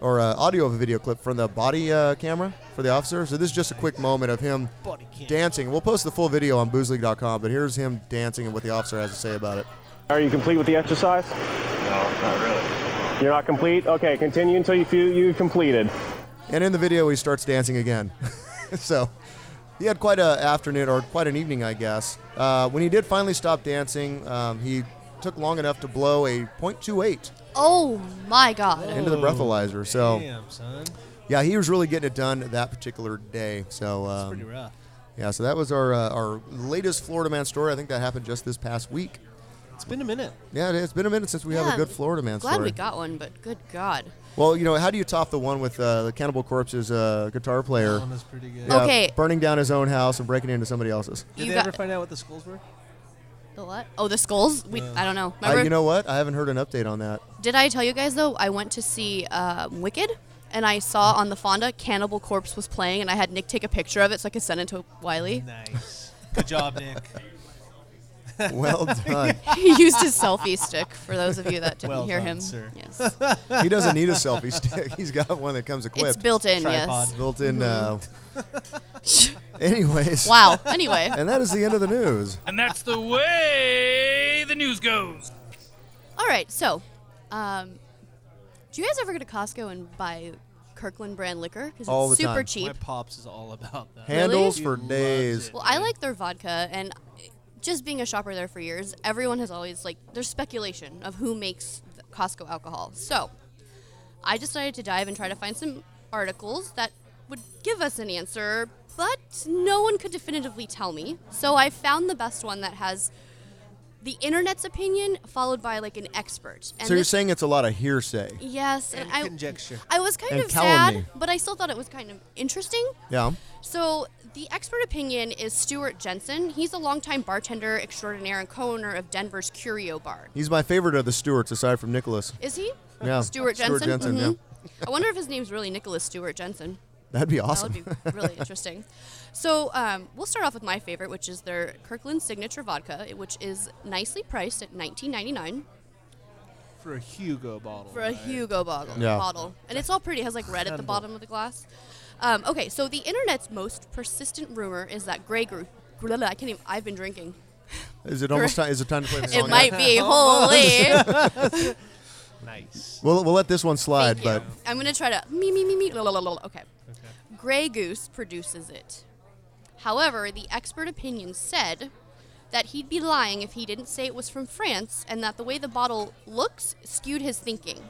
F: or uh, audio of a video clip from the body uh, camera for the officer. So this is just a quick moment of him dancing. We'll post the full video on boozeleague.com, but here's him dancing and what the officer has to say about it.
L: Are you complete with the exercise?
O: No, not really.
L: You're not complete? Okay, continue until you feel you've completed.
F: And in the video, he starts dancing again. *laughs* so he had quite an afternoon or quite an evening, I guess. Uh, when he did finally stop dancing, um, he took long enough to blow a .28
H: Oh my god.
F: into the breathalyzer. So
G: Oh. Damn, son.
F: yeah, he was really getting it done that particular day. So um,
G: pretty rough.
F: Yeah, so that was our uh, our latest Florida man story. I think that happened just this past week.
G: It's been a minute.
F: Yeah, it- it's been a minute since we have a
H: Yeah,
F: good Florida man
H: Glad
F: story.
H: we got one, but good god.
F: Well, you know, how do you top the one with uh, the Cannibal Corpse's uh, guitar player?
G: That one was pretty good.
F: Yeah,
H: Okay.
F: burning down his own house and breaking into somebody else's.
G: Did
H: You
G: they
H: got-
G: ever find out what the skulls were?
H: The what? Oh, the skulls? We I don't know.
F: I,
H: Remember?
F: you know what? I haven't heard an update on that.
H: Did I tell you guys though? I went to see um, Wicked, and I saw on the Fonda Cannibal Corpse was playing, and I had Nick take a picture of it so I could send it to Wiley.
G: Nice. *laughs* Good job, Nick.
F: Well done.
H: *laughs* he used his selfie stick for those of you that didn't
G: Well
H: hear
G: done,
H: him.
G: sir.
F: *laughs*
H: Yes.
F: He doesn't need a selfie stick. He's got one that comes equipped.
H: built in, yes. Tripod.
F: Built in.
H: *laughs*
F: Uh, anyways.
H: Wow. Anyway.
F: And that is the end of the news.
P: And that's the way the news goes.
H: All right. So, um, do you guys ever go to Costco and buy Kirkland brand liquor? Because
F: All the
H: it's super
F: time.
H: cheap.
G: My pops is all about that.
F: Handles
H: Really?
F: for days.
H: Well, I like their vodka, and just being a shopper there for years, everyone has always like there's speculation of who makes the Costco alcohol. So, I decided to dive and try to find some articles that would give us an answer, but no one could definitively tell me. So I found the best one that has the internet's opinion followed by like an expert.
F: so you're
H: this-
F: saying it's a lot of hearsay.
H: yes, and, I
G: Conjecture.
H: I was kind
F: And
H: of
F: calumny.
H: sad, but I still thought it was kind of interesting.
F: Yeah.
H: So, the expert opinion is Stuart Jensen. He's a longtime bartender extraordinaire and co owner of Denver's Curio Bar.
F: He's my favorite of the Stewarts, aside from Nicholas.
H: Is he?
F: Yeah.
H: Stuart Jensen?
F: Stuart Jensen,
H: Mhm.
F: yeah.
H: I wonder if his name's really Nicholas Stuart Jensen.
F: That'd be awesome.
H: That would be really interesting. So, um, we'll start off with my favorite, which is their Kirkland Signature Vodka, which is nicely priced at $19.99
G: For a Hugo bottle.
H: for a
G: right?
H: Hugo bottle.
G: Yeah.
H: bottle. And it's all pretty. It has like red at the
G: Incredible.
H: bottom of the glass. Um, okay, so the internet's most persistent rumor is that Grey Group. I can't even. I've been drinking.
F: *laughs* Is it almost time? Is it time to play the song?
H: It might be. Holy.
F: nice. We'll, we'll let this one slide, but
H: I'm gonna try to me me me me. la, la, la, la, la. Okay. Grey Goose produces it. However, the expert opinion said that he'd be lying if he didn't say it was from France, and that the way the bottle looks skewed his thinking.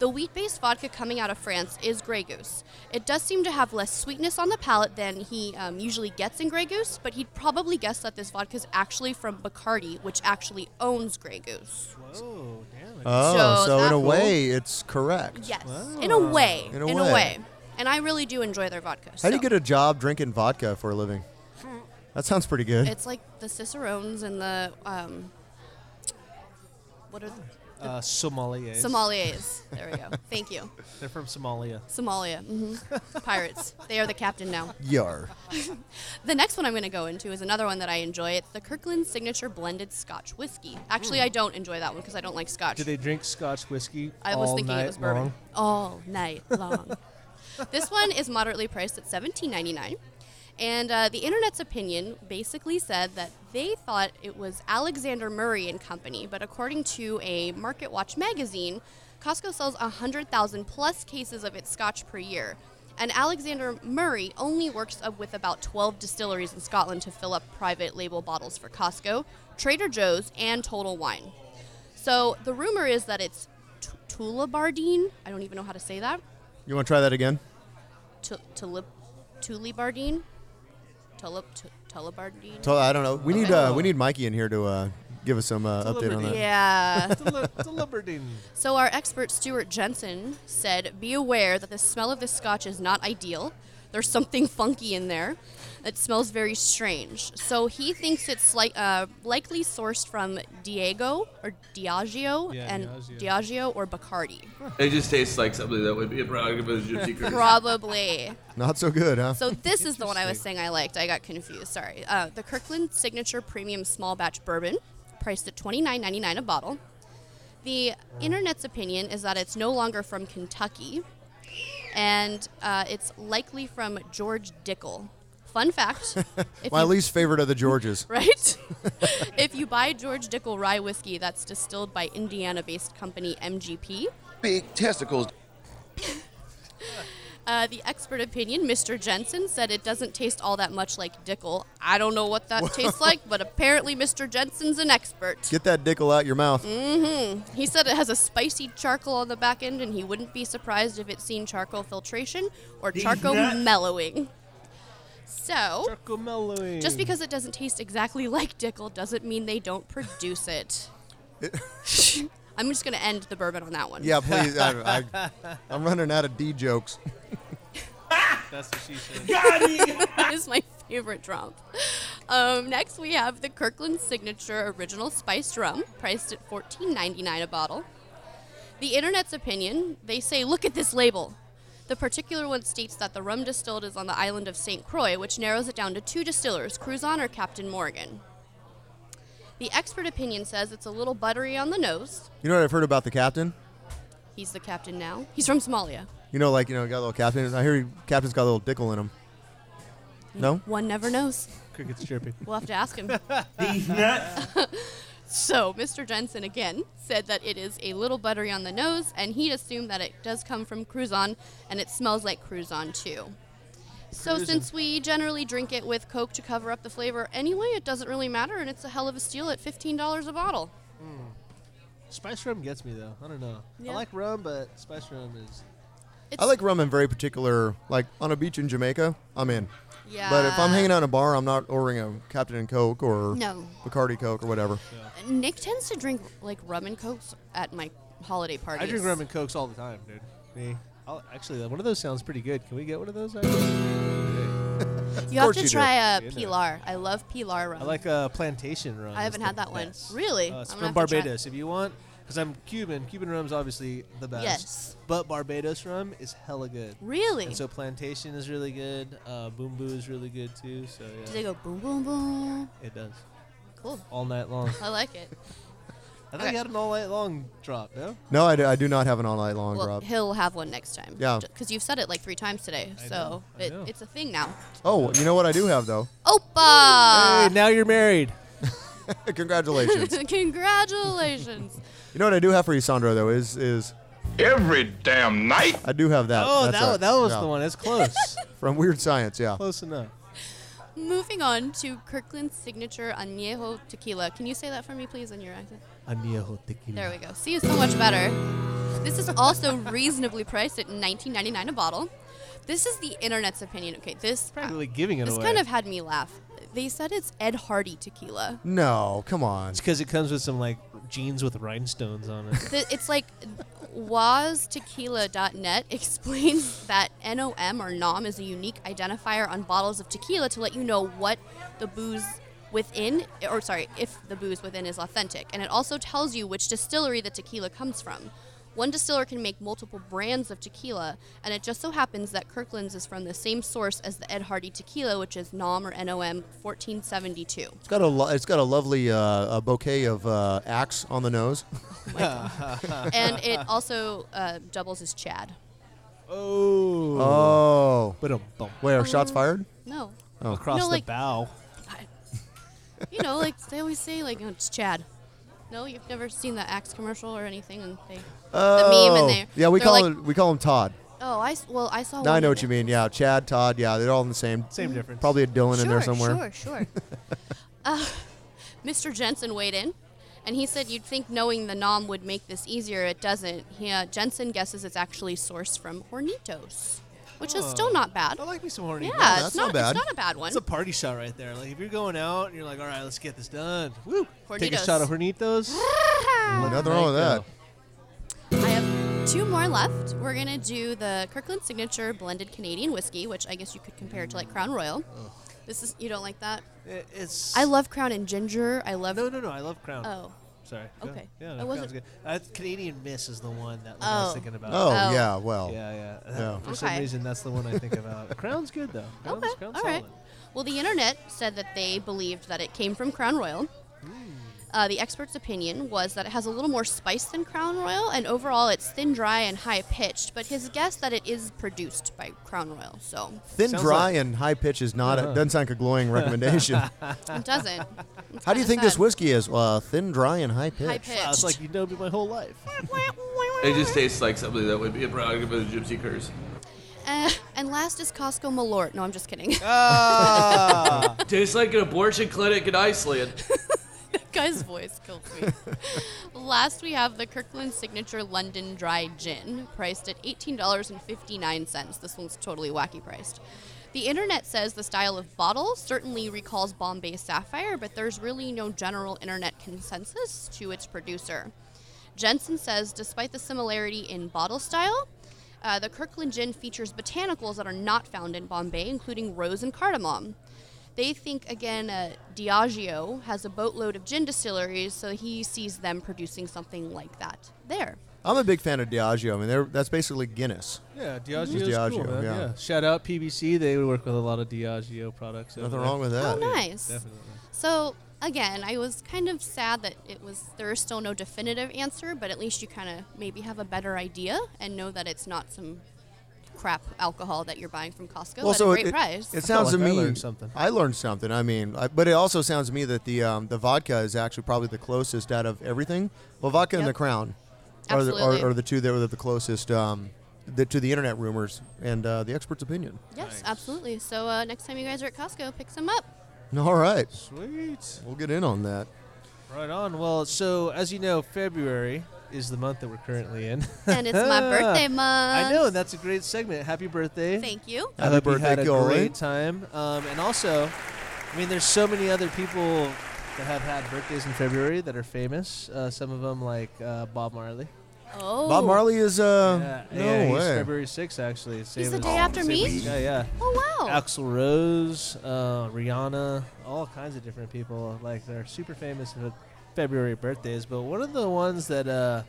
H: The wheat-based vodka coming out of France is Grey Goose. It does seem to have less sweetness on the palate than he um, usually gets in Grey Goose, but he'd probably guess that this vodka is actually from Bacardi, which actually owns Grey Goose.
G: Whoa, damn
F: oh, so,
H: So that-
F: in a
H: Cool.
F: way, it's correct.
H: Yes, in a way,
F: In a way.
H: and I really do enjoy their vodka.
F: How do you
H: so. Hmm.
F: get a job drinking vodka for a living? That sounds pretty good.
H: It's like the Cicerones and the um, what are the
G: Uh, sommeliers.
H: Somaliers? There we go.
F: *laughs*
H: Thank you,
G: They're from Somalia.
H: Somalia. mhm. Pirates. They are the captain now.
F: Yar.
H: the next one I'm going to go into is another one that I enjoy. It's the Kirkland Signature Blended Scotch Whiskey. Actually,
F: Hmm.
H: I don't enjoy that one because I don't like Scotch.
G: Do they drink Scotch whiskey
H: I
G: all
H: was thinking
G: night
H: it was
G: *laughs*
H: bourbon
G: long?
H: all night long. *laughs* this one is moderately priced at $17.99. And uh, the internet's opinion basically said that they thought it was Alexander Murray and Company, but according to a Market Watch magazine, Costco sells 100,000 plus cases of its scotch per year. And Alexander Murray only works up with about 12 distilleries in Scotland to fill up private label bottles for Costco, Trader Joe's, and Total Wine. So the rumor is that it's t- Tulibardine. I don't even know how to say that.
F: You want to try that again?
H: Tu- Tulip, Tulibardine, Tulip, tu- Tulibardine.
F: So, I don't know. We need
H: Okay.
F: uh, we need Mikey in here to uh, give us some uh, update on that.
H: Yeah.
G: Tulibardine.
H: So our expert Stuart Jensen said, "Be aware that the smell of this scotch is not ideal. there's something funky in there that smells very strange. So he thinks it's like uh, likely sourced from Diego or Diageo
Q: Yeah,
H: and
Q: Diageo.
H: Diageo. or Bacardi.
Q: It just tastes like something that would be a product of a
H: *laughs*
Q: gypsy curse.
H: Probably.
F: Not so good, huh?
H: So this is the one I was saying I liked. I got confused. Sorry. Uh, the Kirkland Signature Premium Small Batch Bourbon, priced at twenty nine ninety nine a bottle. The internet's opinion is that it's no longer from Kentucky, and uh, it's likely from George Dickel. Fun fact. if
F: My
H: you-
F: least favorite of the Georges.
H: Right? if you buy George Dickel rye whiskey that's distilled by Indiana based company MGP,
N: Big testicles.
H: *laughs* Uh, the expert opinion, Mr. Jensen, said it doesn't taste all that much like Dickel. I don't know
N: *laughs*
H: what that tastes like, but apparently Mr. Jensen's an expert.
F: Get that dickel out your mouth.
H: hmm He said it has a spicy charcoal on the back end, and he wouldn't be surprised if it's seen charcoal filtration or
G: He's
H: charcoal
G: not-
H: mellowing. So,
G: charcoal mellowing.
H: just because it doesn't taste exactly *laughs* like Dickel doesn't mean they don't produce it. *laughs* I'm just going to end the bourbon on that one. *laughs*
F: Yeah, please. I, I, I'm running out of D jokes.
G: That's what she said.
H: that is my favorite drum. Um, next, we have the Kirkland Signature Original Spiced Rum, priced at $14.99 a bottle. The internet's opinion, they say, look at this label. The particular one states that the rum distilled is on the island of St. Croix, which narrows it down to two distillers, Cruzon or Captain Morgan. The expert opinion says it's a little buttery on the nose.
F: You know what I've heard about the captain?
H: He's the captain now. He's from Somalia.
F: You know, like, you know, got a little captain. I hear he- captain's got a little dickel in him. No?
H: One never knows.
G: Cricket's chirping.
H: *laughs* We'll have to ask him.
G: These nuts.
H: so, Mr. Jensen again said that it is a little buttery on the nose, and he'd assumed that it does come from Cruzon, and it smells like Cruzon too. So,
R: Cruzon.
H: since we generally drink it with Coke to cover up the flavor anyway, it doesn't really matter, and it's a hell of a steal at $15 a bottle.
G: Spice rum gets me though. I don't know.
H: Yeah.
G: I like rum, but spice rum is.
F: I like rum in very particular, like on a beach in Jamaica, I'm in. But if I'm
H: Yeah.
F: hanging out in a bar, I'm not ordering a Captain and Coke or
H: No.
F: Bacardi Coke or whatever.
H: Nick tends to drink like rum and cokes at my holiday parties.
G: I drink rum and cokes all the time, dude. Me. I'll, actually, one of those sounds pretty good. Can we get one of those? actually?
H: You have to try a
G: You know.
H: Pilar. I love Pilar rum.
G: I like uh, plantation rum.
H: I haven't
G: It's
H: had
G: the
H: that one.
G: best.
H: Really?
G: Uh, it's
H: I'm
G: from
H: gonna have to try it.
G: Barbados. If you want, because I'm Cuban. Cuban rum's obviously the best.
H: Yes.
G: But Barbados rum is hella good.
H: Really?
G: And so plantation is really good. Uh, boom boo is really good too. So yeah.
H: Do they go boom, boom, boom?
G: It does.
H: Cool.
G: All night long.
H: I like it.
G: I think I had an all night long drop. No.
F: No, I do, I do not have an all night long
H: well,
F: drop.
H: he'll have one next time.
F: Yeah.
H: Because you've said it like three times today,
G: I
H: so it, it's a thing now.
F: Oh, you know what I do have though?
H: Opa!
G: now you're married.
H: *laughs*
F: Congratulations.
H: Congratulations.
F: you know what I do have for you, Sandro, though, is is every damn night. I do have that.
G: oh,
F: That's
G: that,
F: right.
G: wa- that was
F: Yeah.
G: the one. That's close. *laughs*
F: from Weird Science. Yeah.
G: close enough.
H: Moving on to Kirkland's signature añejo tequila. Can you say that for me, please, in your accent?
G: Añejo tequila.
H: There we go. See, it's so much better. This is also reasonably priced at 19.99 a bottle. This is the internet's opinion. Okay, this uh,
G: Really giving it
H: this
G: away.
H: kind of had me laugh. They said it's Ed Hardy tequila.
F: No, come on.
G: It's because it comes with some like jeans with rhinestones on it.
H: Th- it's like waztequila.net *laughs* explains that NOM or NOM is a unique identifier on bottles of tequila to let you know what the booze within, or sorry, if the booze within is authentic. And it also tells you which distillery the tequila comes from. One distiller can make multiple brands of tequila, and it just so happens that Kirkland's is from the same source as the Ed Hardy tequila, which is NOM or NOM 1472.
G: *laughs*
F: It's got a lo- it's got a lovely uh, a bouquet of uh, axe on the nose.
H: and it also uh, doubles as Chad.
G: *laughs* Oh.
F: Oh.
G: But bump.
F: Where shots fired?
H: No.
F: Oh.
G: Across
H: No,
G: the
H: like-
G: bow.
H: you know, like they always say, like oh, it's Chad. No, you've never seen the Axe commercial or anything, and they the meme
F: Oh.
H: and they
F: yeah, we
H: they're
F: call
H: like,
F: it we call him Todd.
H: Oh, I s- well I saw.
F: Now I
H: one
F: know
H: in
F: what you mean. Yeah, Chad, Todd. Yeah, they're all in the same.
H: Same difference.
F: Probably a Dylan in there
H: Sure,
F: somewhere.
H: Sure,
F: *laughs*
H: sure. uh, Mr. Jensen weighed in, and he said, "You'd think knowing the nom would make this easier. It doesn't. He, uh, Jensen guesses it's actually sourced from Hornitos, which is still
G: Oh.
H: not bad.
G: I like me some horny.
H: Yeah,
G: dogs.
H: it's That's not not- bad. it's not a bad one.
G: It's
H: *laughs*
G: a party shot right there. Like if you're going out and you're like, all right, let's get this done. Woo! Take a
H: Hornitos. *laughs*
G: shot of hornitos.
F: Nothing wrong with that.
H: I have two more left. We're gonna do the Kirkland Signature Blended Canadian Whiskey, which I guess you could compare to like Crown Royal. This is you don't like that?
G: It's.
H: I love Crown and Ginger. I love. No,
G: no, no. I love Crown.
H: Oh.
G: Sorry. Go
H: Okay.
G: ahead. Yeah,
H: I
G: no,
H: wasn't-
G: Crown's good. Uh, Canadian Miss is the one that like, I was
H: Oh.
G: thinking about.
F: Oh, Oh. yeah, well.
G: Yeah, yeah. *laughs*
F: Yeah.
G: For some
H: Okay.
G: reason, that's the one I think about. Crown's good though. Crown's,
H: Oh, Okay,
G: Crown's
H: all right.
G: solid.
H: Well, the internet said that they believed that it came from Crown Royal. Uh, the expert's opinion was that it has a little more spice than Crown Royal, and overall it's thin, dry, and high pitched. But his guess that it is produced by Crown Royal, so
F: Thin,
G: Sounds
F: dry,
G: like-
F: and high pitch is not.
G: Uh-huh.
F: A, doesn't sound like a
G: *laughs*
F: glowing recommendation.
H: it doesn't.
F: How do you think this whiskey is? Uh, thin, dry, and high pitch.
H: High
G: Wow, it's
H: pitched.
G: like you know me my whole life.
H: *laughs*
Q: It just tastes like something that would be a product of a gypsy curse.
H: Uh, and last is Costco Malort. No, I'm just kidding. *laughs*
Q: tastes like an abortion clinic in Iceland.
H: That guy's voice killed me. Last, we have the Kirkland Signature London Dry Gin, priced at $18.59. This one's totally wacky priced. The internet says the style of bottle certainly recalls Bombay Sapphire, but there's really no general internet consensus to its producer. Jensen says, despite the similarity in bottle style, uh, the Kirkland gin features botanicals that are not found in Bombay, including rose and cardamom. They think, again, uh, Diageo has a boatload of gin distilleries, so he sees them producing something like that there.
F: I'm a big fan of Diageo. I mean, they're, that's basically Guinness.
G: Yeah,
F: Just
G: Diageo's cool, man. Yeah. Shout out PBC. They work with a lot of Diageo products. over
F: Nothing
G: there.
F: wrong with that.
H: Oh, nice.
G: Definitely.
H: So, again, I was kind of sad that it was there is still no definitive answer, but at least you kind of maybe have a better idea and know that it's not some crap alcohol that you're buying from Costco at a
F: it-
H: great
F: it,
H: price.
F: It sounds to
G: like I
F: me.
G: learned something.
F: I learned something. I mean, I, but it also sounds to me that the um, the vodka is actually probably the closest out of everything. Well, vodka and the Crown are the, are,
H: Absolutely.
F: are the two that were the closest um, the, to the internet rumors and uh, the expert's opinion. *laughs*
H: Yes, absolutely. So uh, next time you guys are at Costco, pick
F: *laughs*
H: some up.
F: All right,
G: Sweet.
F: we'll get in on that.
G: Right on. Well, so as you know, February is the month that we're currently in, *laughs*
H: And it's my birthday month.
G: I know, and that's a great segment. Happy birthday!
H: Thank you.
G: I
F: Happy
G: hope
F: birthday,
G: you had a
F: Coley.
G: great time. Um, and also, I mean, there's so many other people that have had birthdays in February that are famous. Uh, some of them, like uh, Bob Marley.
H: Oh.
F: Bob Marley is uh,
G: Yeah,
F: no
G: yeah, he's
F: way.
G: February 6th, actually. It's
H: He's
G: same
H: the
G: as-
H: day after
G: same
H: me?
G: as- Yeah, yeah.
H: Oh, wow.
G: Axel Rose, uh, Rihanna, all kinds of different people. Like they're super famous with February birthdays. But one of the ones that uh,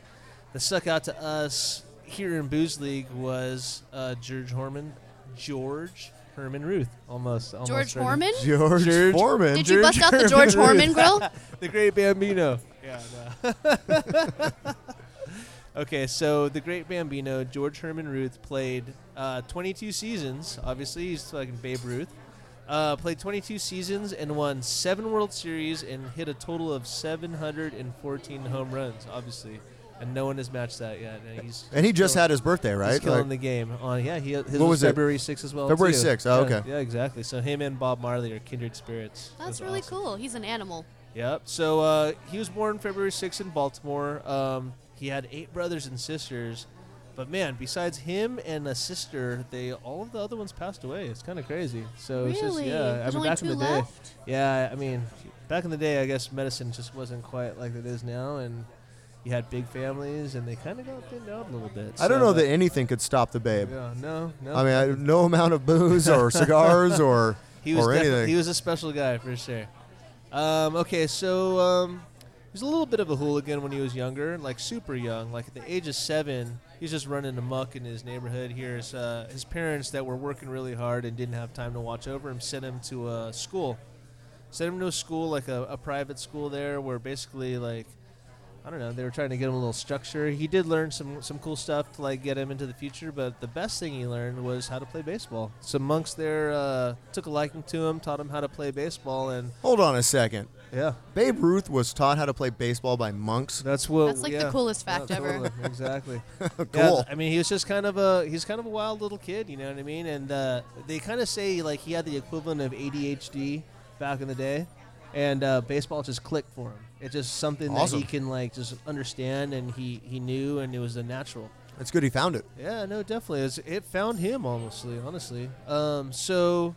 G: that stuck out to us here in Booze League was uh, George Horman, George Herman Ruth, almost. almost
H: George
G: started-
H: Horman?
F: George, Foreman.
H: Did you bust out the George
G: *laughs*
H: Horman grill?
G: the Great Bambino. Yeah. no. *laughs* okay, so the Great Bambino, George Herman Ruth played uh, 22 seasons. Obviously, he's fucking Babe Ruth. Uh, played 22 seasons and won seven World Series and hit a total of 714 home runs. Obviously, and no one has matched that yet. And, he's
F: And he just
G: still-
F: had his birthday, right?
G: He's killing
F: Like-
G: the game. On yeah, he his
F: What
G: was
F: was it?
G: February 6th as well.
F: February
G: too.
F: 6th, oh,
G: Yeah,
F: okay.
G: Yeah, exactly. So him and Bob Marley are kindred spirits.
H: That's
G: It was
H: really
G: awesome.
H: cool. He's
G: *laughs*
H: an animal.
G: Yep. So uh, he was born February 6th in Baltimore. Um, he had eight brothers and sisters. But man, besides him and a sister, they all of the other ones passed away. It's kind of crazy. So it's just
H: Really?
G: yeah, I
H: There's
G: mean
H: only
G: back in
H: two
G: the day.
H: left?
G: Yeah, I mean back in the day, I guess medicine just wasn't quite like it is now and you had big families and they kind of got thinned out a little bit.
F: I don't
G: So,
F: know
G: but-
F: that anything could stop the Babe.
G: Yeah, no, no.
F: I mean, I, no amount of booze
G: *laughs*
F: or cigars or
G: He was
F: or
G: defi-
F: anything.
G: He was a special guy for sure. Um, okay, so um, he was a little bit of a hooligan when he was younger, like super young, like at the age of seven. He was just running amok in his neighborhood. Here's uh, his parents that were working really hard and didn't have time to watch over him. Sent him to a school. Sent him to a school like a, a private school there, where basically like I don't know. They were trying to get him a little structure. He did learn some some cool stuff to like get him into the future, but the best thing he learned was how to play baseball. Some monks there uh, took a liking to him, taught him how to play baseball, and
F: Hold on a second.
G: yeah,
F: Babe Ruth was taught how to play baseball by monks.
G: that's what.
H: That's like the
G: yeah.
H: coolest fact
G: Yeah,
H: ever.
G: totally. Exactly.
F: *laughs* cool.
G: Yeah, th- I mean, he was just kind of a he's kind of a wild little kid, you know what I mean? And uh, they kind of say like he had the equivalent of ADHD back in the day, and uh, baseball just clicked for him. It's just something
F: Awesome.
G: that he can like just understand, and he he knew, and it was a natural.
F: It's good he found it.
G: Yeah, no, definitely. It's, it found him, honestly. Honestly, um, so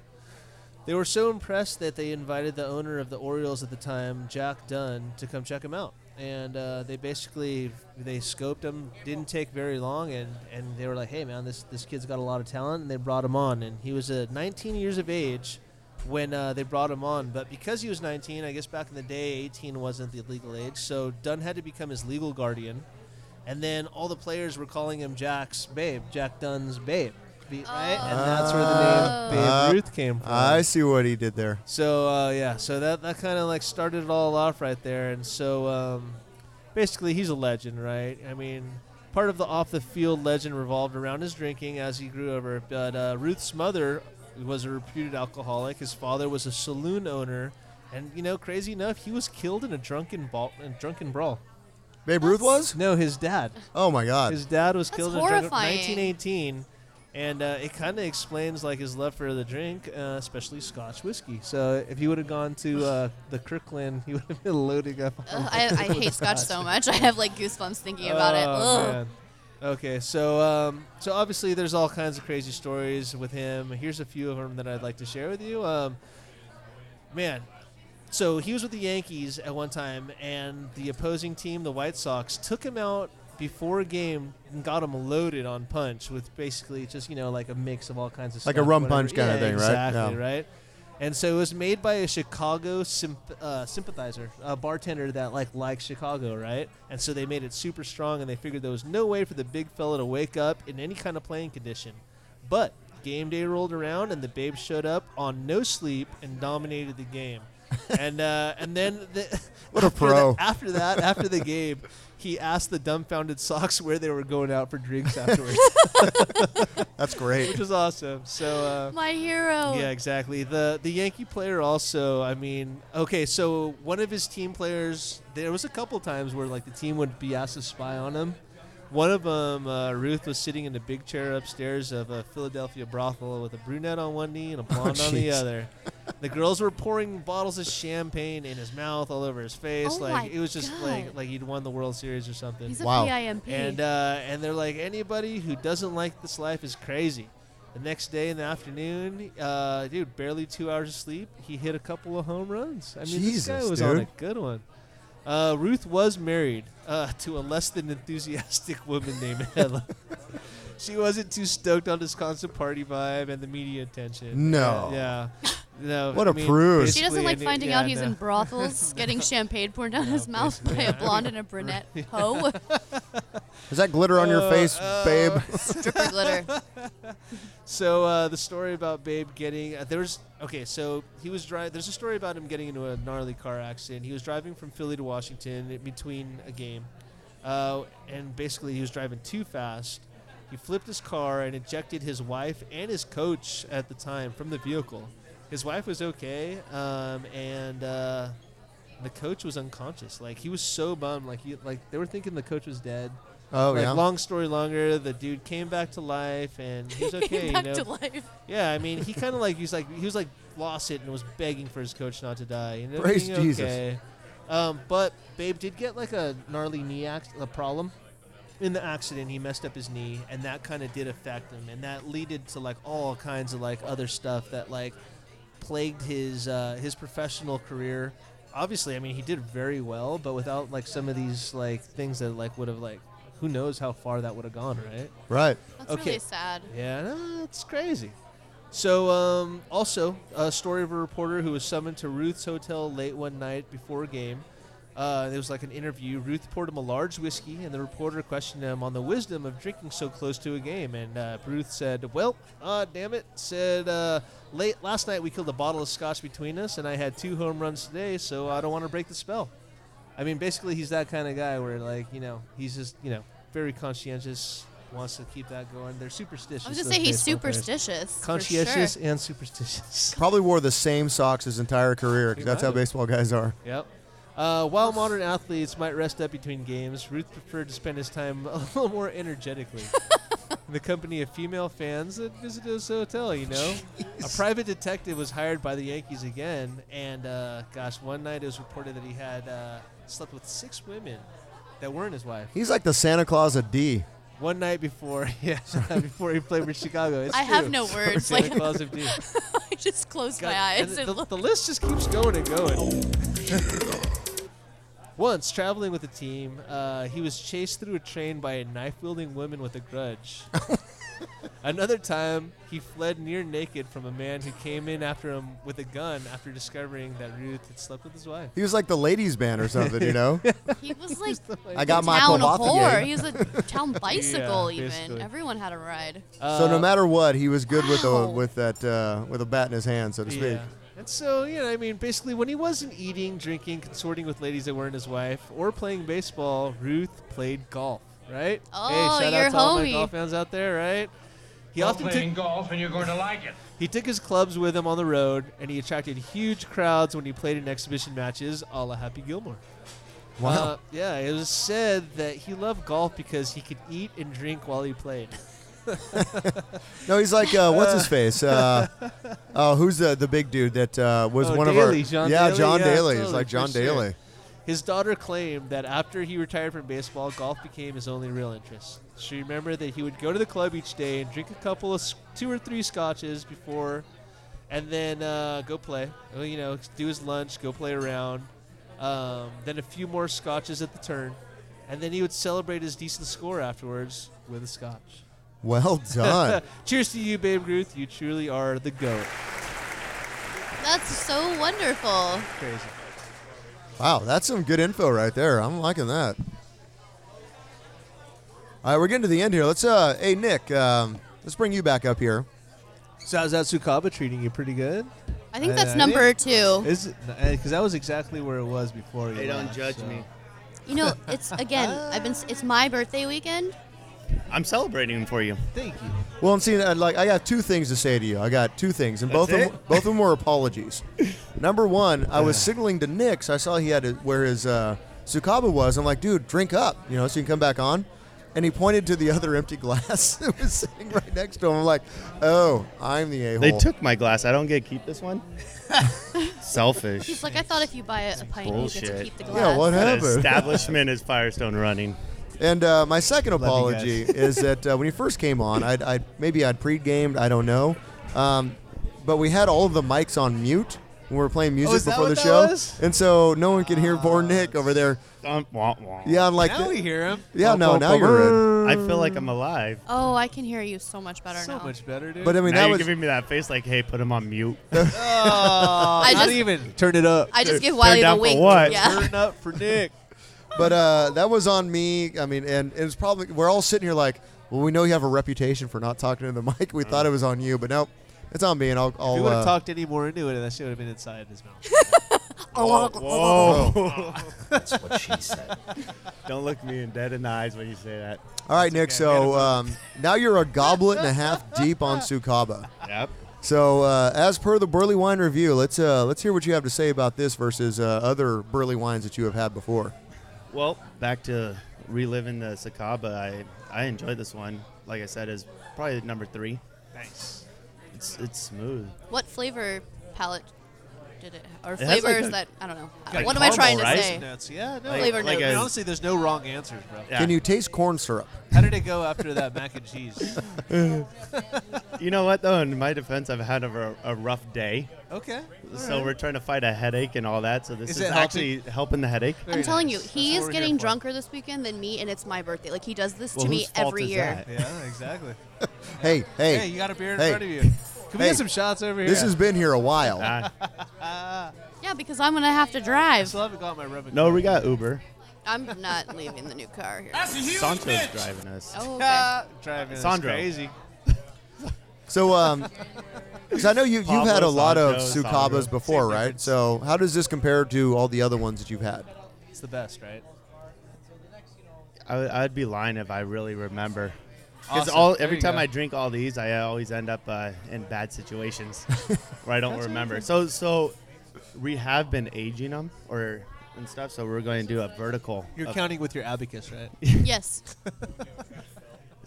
G: they were so impressed that they invited the owner of the Orioles at the time, Jack Dunn, to come check him out. and uh, they basically they scoped him. Didn't take very long, and, and they were like, "Hey, man, this this kid's got a lot of talent," and they brought him on. And he was uh, 19 years of age when uh, they brought him on, but because he was 19, I guess back in the day, 18 wasn't the legal age. So Dunn had to become his legal guardian, and then all the players were calling him Jack's babe, Jack Dunn's babe, be- right? And that's where the name Babe
F: Uh,
G: Ruth came from.
F: I see what he did there.
G: So uh, yeah, so that that kind of like started it all off right there, and so um, basically he's a legend, right? I mean, part of the off the field legend revolved around his drinking as he grew over. But uh, Ruth's mother was a reputed alcoholic. His father was a saloon owner, and you know, crazy enough, he was killed in a drunken ball, in a drunken brawl.
F: Babe Ruth was?
G: No, his dad.
F: Oh my God.
G: His dad was
F: That's
G: killed in a drunken-
F: horrifying.
G: 1918, and uh, it kind of explains like his love for the drink, uh, especially Scotch whiskey. So if he would have gone to uh, the Kirkland, he would have been loading up. on
H: Ugh, I, I
G: with
H: hate Scotch so much. I have like goosebumps thinking about it.
G: Oh,
H: Ugh.
G: man. Okay, so um, so obviously there's all kinds of crazy stories with him. Here's a few of them that I'd like to share with you. Um, man, so he was with the Yankees at one time, and the opposing team, the White Sox, took him out before a game and got him loaded on punch with basically just you know like a mix of all kinds of
F: Like a
G: stuff,
F: rum
G: whatever.
F: punch kinda
G: Yeah,
F: thing, right?
G: Exactly,
F: Yeah.
G: right? And so it was made by a Chicago symp- uh, sympathizer, a bartender that like likes Chicago, right? And so they made it super strong, and they figured there was no way for the big fella to wake up in any kind of playing condition. But game day rolled around, and the babe showed up on no sleep and dominated
F: *laughs*
G: the game. and uh, and then the,
F: What a
G: *laughs* after
F: pro.
G: that- after that, after the game, he asked the dumbfounded *laughs* Sox where they were going out for drinks afterwards.
F: That's great.
G: *laughs* Which was awesome. So uh,
H: My hero.
G: Yeah, exactly. The the Yankee player also. I mean, okay, so one of his team players. There was a couple times where like the team would be asked to spy on him. One of them, uh, Ruth, was sitting in a big chair upstairs of a Philadelphia brothel with a brunette on one
H: *laughs*
G: knee and a
H: Oh,
G: blonde on the
F: jeez.
G: other. The girls were pouring bottles of champagne in his mouth, all over his face.
H: Oh
G: like
H: my
G: it was just
H: God.
G: like like he'd won the World Series or something.
H: He's a Wow. PIMP.
G: And uh, and they're like, anybody who doesn't like this life is crazy. The next day in the afternoon, uh, dude, barely two hours of sleep, he hit a couple of home runs. I mean, this guy
F: Jesus,
G: was on a
F: dude.
G: good one. Uh, Ruth was married uh, *laughs* to a less than enthusiastic woman named *laughs* Helen. she wasn't too stoked on his constant party vibe and the media attention.
F: No.
G: Uh, yeah. No.
F: What
G: a
F: a prude.
H: She doesn't like finding out he's in
G: uh, *laughs*
H: brothels, getting champagne poured down his mouth by a blonde and a brunette
G: *laughs*
H: hoe.
F: Is that glitter on
G: Uh,
F: your face, babe?
G: *laughs*
H: Stripper glitter.
G: so uh, the story about Babe getting uh, there's okay, so he was driving. There's a story about him getting into a gnarly car accident. He was driving from Philly to Washington in between a game, uh, and basically he was driving too fast. He flipped his car and ejected his wife and his coach at the time from the vehicle. His wife was okay, um, and uh, the coach was unconscious. Like he was so bummed. Like he, like they were thinking the coach was dead.
F: Oh,
G: Like,
F: yeah?
G: Long story longer, the dude came back to life and
H: *laughs*
G: he's okay. you
H: back
G: know?
H: to life.
G: Yeah, I mean, he kind of like he's like he was like lost it and was begging for his coach not to die. You know,
F: Praise
G: being
F: Jesus.
G: Okay. Um, but Babe did get like a gnarly knee act a problem. In the accident, he messed up his knee, and that kind of did affect him, and that leaded to like all kinds of like other stuff that like plagued his uh, his professional career. Obviously, I mean, he did very well, but without like some of these like things that like would have like who knows how far that would have gone, right?
F: Right.
H: That's really sad.
G: Yeah, no, it's crazy. So, um, also, a story of a reporter who was summoned to Ruth's hotel late one night before a game. Uh, it was like an interview. Ruth poured him a large whiskey, and the reporter questioned him on the wisdom of drinking so close to a game. And uh, Ruth said, "Well, uh, damn it," said uh, late last night we killed a bottle of scotch between us, and I had two home runs today, so I don't want to break the spell. I mean, basically, he's that kind of guy where, like, you know, he's just, you know, very conscientious, wants to keep that going. They're superstitious.
H: I was gonna
G: those
H: say he's
G: baseball players.
H: superstitious, for
G: Conscientious
H: sure.
G: and superstitious.
F: *laughs* Probably wore the same socks his entire career because that's how
G: might have.
F: baseball guys are.
G: Yep. Uh, while modern athletes might rest up between games, Ruth preferred to spend his time *laughs* a little more
H: *laughs*
G: energetically. In the company of female fans that visited his hotel, you know? A private detective was hired by the Yankees again, and uh, gosh, one night it was reported that he had uh, slept with six women that weren't his wife.
F: He's like the Santa Claus of D.
G: One night before, *laughs* yeah, before he played with Chicago. It's
H: I have
G: true. *laughs*
H: no words.
G: Santa
H: Like,
G: Claus of D.
H: *laughs* I just closed my eyes.
G: And
H: And *laughs*
G: the, the list just keeps going and going. Once traveling with a team, uh, he was chased through a train by a knife-wielding woman with a grudge. Another time, he fled near naked from a man who came in after him with a gun after discovering that Ruth had slept with his wife.
F: He was like the ladies' man or something,
G: *laughs*
F: you know?
H: He
K: *laughs*
H: was like
F: I got
H: the
F: my
H: town
F: Kovacevic.
H: whore. He
F: *laughs*
H: was a town bicycle.
G: Yeah,
H: even
G: basically.
H: everyone had a ride.
K: Uh,
F: so
G: Uh,
F: no matter what, he was good with a with that uh, with a bat in his hand, so to speak.
G: And so, you know, I mean, basically, when he wasn't eating, drinking, consorting with ladies that weren't his wife, or playing baseball, Ruth played golf, right?
H: Oh,
G: hey, shout
H: your
G: out to all my
H: homie.
G: golf fans out there, right? He
R: Go
G: often
R: playing
G: took,
R: golf, and you're going to like it.
G: he took his clubs with him on the road, and he attracted huge crowds when he played in exhibition matches, a la Happy Gilmore.
F: Wow.
G: Uh, yeah, it was said that he loved golf because he could eat and drink while he played.
F: No, he's like uh, what's
G: *laughs*
F: his face? Uh, oh, who's the the big dude that uh, was
G: Oh,
F: one
G: Daly,
F: of our
G: John
F: yeah
G: Daly,
F: John
G: yeah,
F: Daly. He's
G: totally,
F: like John
G: for sure.
F: Daly.
G: His daughter claimed that after he retired from baseball, golf became his only real interest. She remembered that he would go to the club each day and drink a couple of s- two or three scotches before, and then uh, go play. Well, You know, do his lunch, go play around, um, then a few more scotches at the turn, and then he would celebrate his decent score afterwards with a scotch. *laughs*
F: Well done.
G: Cheers to you, Babe Ruth. You truly are the goat.
H: That's so wonderful.
G: Crazy.
F: Wow, that's some good info right there. I'm liking that. All right, we're getting to the end here. Let's uh, hey Nick, um, let's bring you back up here.
G: So how's that Sukaba treating you? Pretty good.
H: I think that's number two.
G: Is because that was exactly where it was before. you
K: Hey, don't
G: left,
K: judge
G: so.
K: me.
H: You
F: *laughs*
H: know, it's again. I've been. It's my birthday weekend.
K: I'm celebrating for you.
G: Thank you.
F: Well, I'm seeing that, like I got two things to say to you. I got two things, and both of
K: That's
F: them, both of them were apologies.
K: *laughs*
F: Number one, I was signaling to Nick's. I saw he had it where his uh, Sukaba was. I'm like, dude, drink up, you know, so you can come back on. And he pointed to the *laughs* other empty glass *laughs* that was sitting right next to him. I'm like, oh, I'm the a-hole.
K: They took my glass. I don't get to keep this one. Selfish.
H: He's like, I thought if you buy a, a pint, you get to
K: Bullshit.
H: keep the glass.
F: Yeah, what
K: That
F: happened?
K: establishment is Firestone running.
F: And uh, my second
K: Love you
F: apology
K: guys.
F: is that uh, when he first came on, I'd, I'd maybe I'd pre-gamed, I don't know, um, but we had all of the mics on mute when we were playing music
K: Oh, is that
F: before
K: what
F: the
K: that
F: show,
K: was? Ah.
F: and so no one could hear poor Nick over there.
K: Um, wah, wah.
F: Yeah, I'm like
G: Now we hear him.
F: Yeah, no, now you're
K: I
F: in.
K: feel like I'm alive.
H: Oh, I can hear you so much better now.
G: much better, dude.
F: But I mean,
K: now
F: that
K: you're
F: was-
K: giving me that face like, hey, put him on mute.
H: I
G: Oh, not
H: just-
G: even turn it up.
H: I just give
K: Turn
H: Wiley the
K: down for
H: wink.
K: what?
H: Yeah.
G: Turn up
F: *laughs*
G: for Nick.
F: But uh, that was on me. I mean, and it was probably we're all sitting here like, well, we know you have a reputation for not talking to the *laughs* mic. We
K: Mm.
F: thought it was on you, but nope, it's on me, and I'll. I'll
G: If we would have
F: uh,
G: talked any more into it, that shit would have been inside his mouth.
K: Whoa. That's what she said. *laughs* Don't look me in dead in the eyes when you say that.
F: All right, Nick. So um, now you're a goblet and a
K: *laughs*
F: half deep on Sukaba.
K: Yep.
F: So uh, as per the burley wine review, let's uh, let's hear what you have to say about this versus uh, other burley wines that you have had before.
K: Well, back to reliving the Sakaba. I I enjoyed this one. Like I said, is probably number three.
G: Nice.
K: It's it's smooth.
H: What flavor palette did it? Or
K: It has like
H: flavors
K: a-
H: that I don't know. *laughs*
K: like
H: what am I trying to
K: caramel, right?
H: say?
G: Notes. Yeah, no.
H: flavor
K: like
H: notes.
K: a-
G: honestly, there's no wrong answers, bro.
F: Can you taste corn syrup?
G: How did it go after that mac and
K: *laughs*
G: cheese?
K: You know what though? In my defense, I've had a, a rough day.
G: Okay. All
K: So
G: right.
K: we're trying to fight a headache and all that. So this
G: Is
K: is,
G: it
K: actually helping the headache.
H: I'm telling you, he
G: what
H: is
G: we're
H: getting
G: here for.
H: drunker this weekend than me, and it's my birthday. Like he does this
K: Well,
H: to me
K: whose fault
H: every
K: is
H: year.
K: that?
G: yeah, exactly.
F: Hey, *laughs* hey.
G: you got a beer in
F: hey.
G: front of you. Can we
F: Hey.
G: get some shots over here?
F: This has been here a while.
H: Yeah, because I'm gonna have to
G: I
H: drive.
G: still haven't got my rubbing.
K: No, we got Uber.
H: I'm not leaving the new car here.
K: Sancho's driving us.
H: Oh, okay.
G: Driving is
K: Sandro.
G: crazy.
F: So, um, 'cause I know you, you've had a
K: Pablo,
F: lot of
K: Sancho,
F: sukabas
K: Sandro.
F: before, right? So, how does this compare to all the other ones that you've had?
G: It's the best, right?
K: I, I'd be lying if I really remember. Because
G: Awesome.
K: all
G: There
K: every
G: you
K: time
G: go.
K: I drink all these, I always end up uh, in
G: *laughs*
K: bad situations where I don't
G: That's
K: remember.
G: okay.
K: So so we have been aging them or and stuff. So we're going to do a vertical.
G: You're
K: of-
G: counting with your abacus, right?
H: Yes.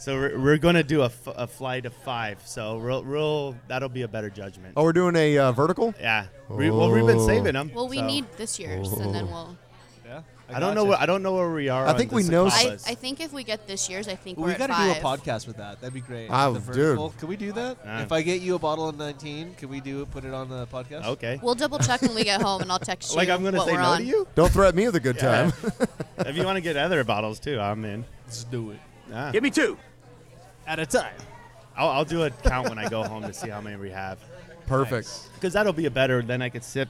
K: So we're, we're going to do a, f- a fly to five. So we'll, we'll that'll be a better judgment.
F: Oh, we're doing a uh, vertical?
K: Yeah. We, well, we've been
F: Oh.
K: saving them.
H: Oh. *laughs* Well, we need this year's, and then we'll.
G: *laughs* Yeah.
K: I, don't know.
S: gotcha.
K: Where, I don't know where we are.
F: I
K: on
F: think
K: the
F: we know
K: Cicadas.
H: I, I think if we get this year's, I think
G: We
H: are
G: gotta
H: at five.
G: do a podcast with that. That'd be great.
F: Oh,
G: The
F: dude.
G: vertical. Can we do that?
K: Yeah.
G: If I get you a bottle of 19, can we do put it on the podcast?
K: Okay.
H: We'll double check when we get home, and I'll *laughs* text you.
K: Like, I'm
H: going
K: gonna say
H: we're
K: no
H: on.
K: to you.
F: Don't threaten me with a good
K: Yeah. *laughs*
F: time.
K: if you want to get other bottles too, I'm in.
G: Let's do it.
K: Yeah.
G: Give me two. At a time.
K: I'll, I'll do a count when I go home to see how many we have.
F: Perfect.
K: Because that'll be a better. Then I could sip.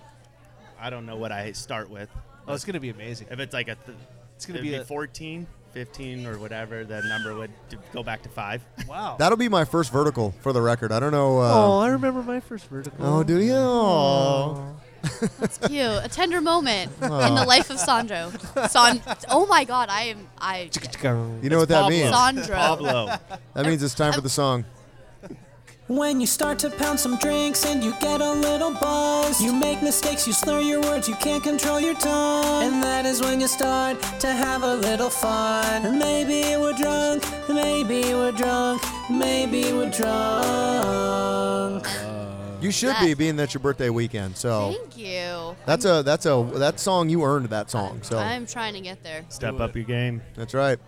K: I don't know what I start with.
G: Oh, it's gonna be *laughs* amazing.
K: If it's like a, th-
G: It's gonna
K: it'd
G: be
K: be
G: a-
K: 14, 15, or whatever. That number would d- go back to five.
G: Wow.
F: That'll be my first vertical for the record. I don't know.
G: oh,
F: Uh,
G: I remember my first vertical.
F: oh, do you? Oh.
H: That's cute. A tender *laughs* moment in
F: Aw.
H: the life of Sandro. Son. Oh my God, I am. I.
F: You know what that means?
H: Sandro.
F: That means it's time for the song.
T: When you start to pound some drinks and you get a little buzz, you make mistakes, you slur your words, you can't control your tongue. And that is when you start to have a little fun. And maybe we're drunk, maybe we're drunk, maybe we're drunk.
F: You should be, being that your birthday weekend. So
H: Thank you.
F: that's a that's a that song you earned that song. So
H: I'm trying to get there. *laughs*
K: Step up your
G: *laughs*
K: game.
F: That's right.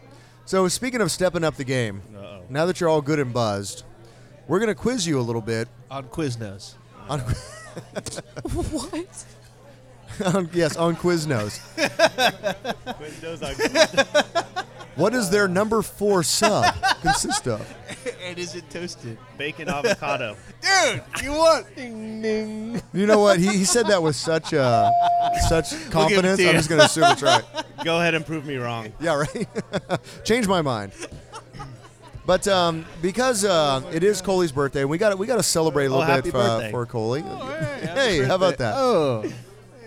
F: So speaking of stepping up the game, now that you're all good and buzzed, we're gonna quiz you a little bit *laughs*
G: on Quiznos.
F: On,
H: what?
F: on- yes, on Quiznos.
K: Quiznos on-
F: what does their number four
H: *laughs*
F: sub consist of?
G: *laughs* and is it toasted?
K: *laughs* Bacon avocado.
G: Dude, you want? *laughs* ding ding.
F: You know what? He, he said that with such uh, such confidence. I'm just gonna assume it's right.
K: Go ahead and prove me wrong.
F: Yeah, right. *laughs* Change my mind. But um, because uh, it is Coley's birthday, we got we got to celebrate a
K: Oh,
F: little
K: happy
F: bit uh,
K: birthday. Oh,
F: for Coley. *laughs* hey, how about that?
G: Oh.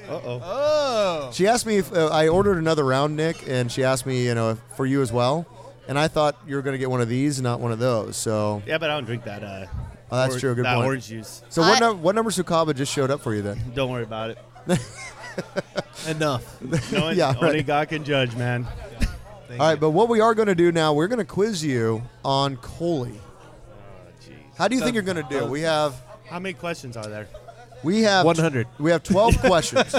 K: Uh-oh.
G: Oh.
F: She asked me if uh, I ordered another round, Nick, and she asked me, you know, if, for you as well. And I thought you were going to get one of these, not one of those. So
K: Yeah, but I don't drink that. Uh,
F: oh, that's
K: or-
F: true. Good
K: that
F: point.
K: orange juice.
F: So what, num- what number Sukaba just showed up for you then?
K: *laughs* Don't worry about
F: *laughs*
K: it.
G: Enough.
K: No one,
F: Yeah,
K: only
F: right.
K: God can judge, man.
F: All right, but what we are going to do now, we're going to quiz you on Coley.
K: Oh,
F: How do you think you're going to do? We have
K: How many questions are there?
F: we have
G: 100.
F: We have
G: *laughs*
F: 12 questions.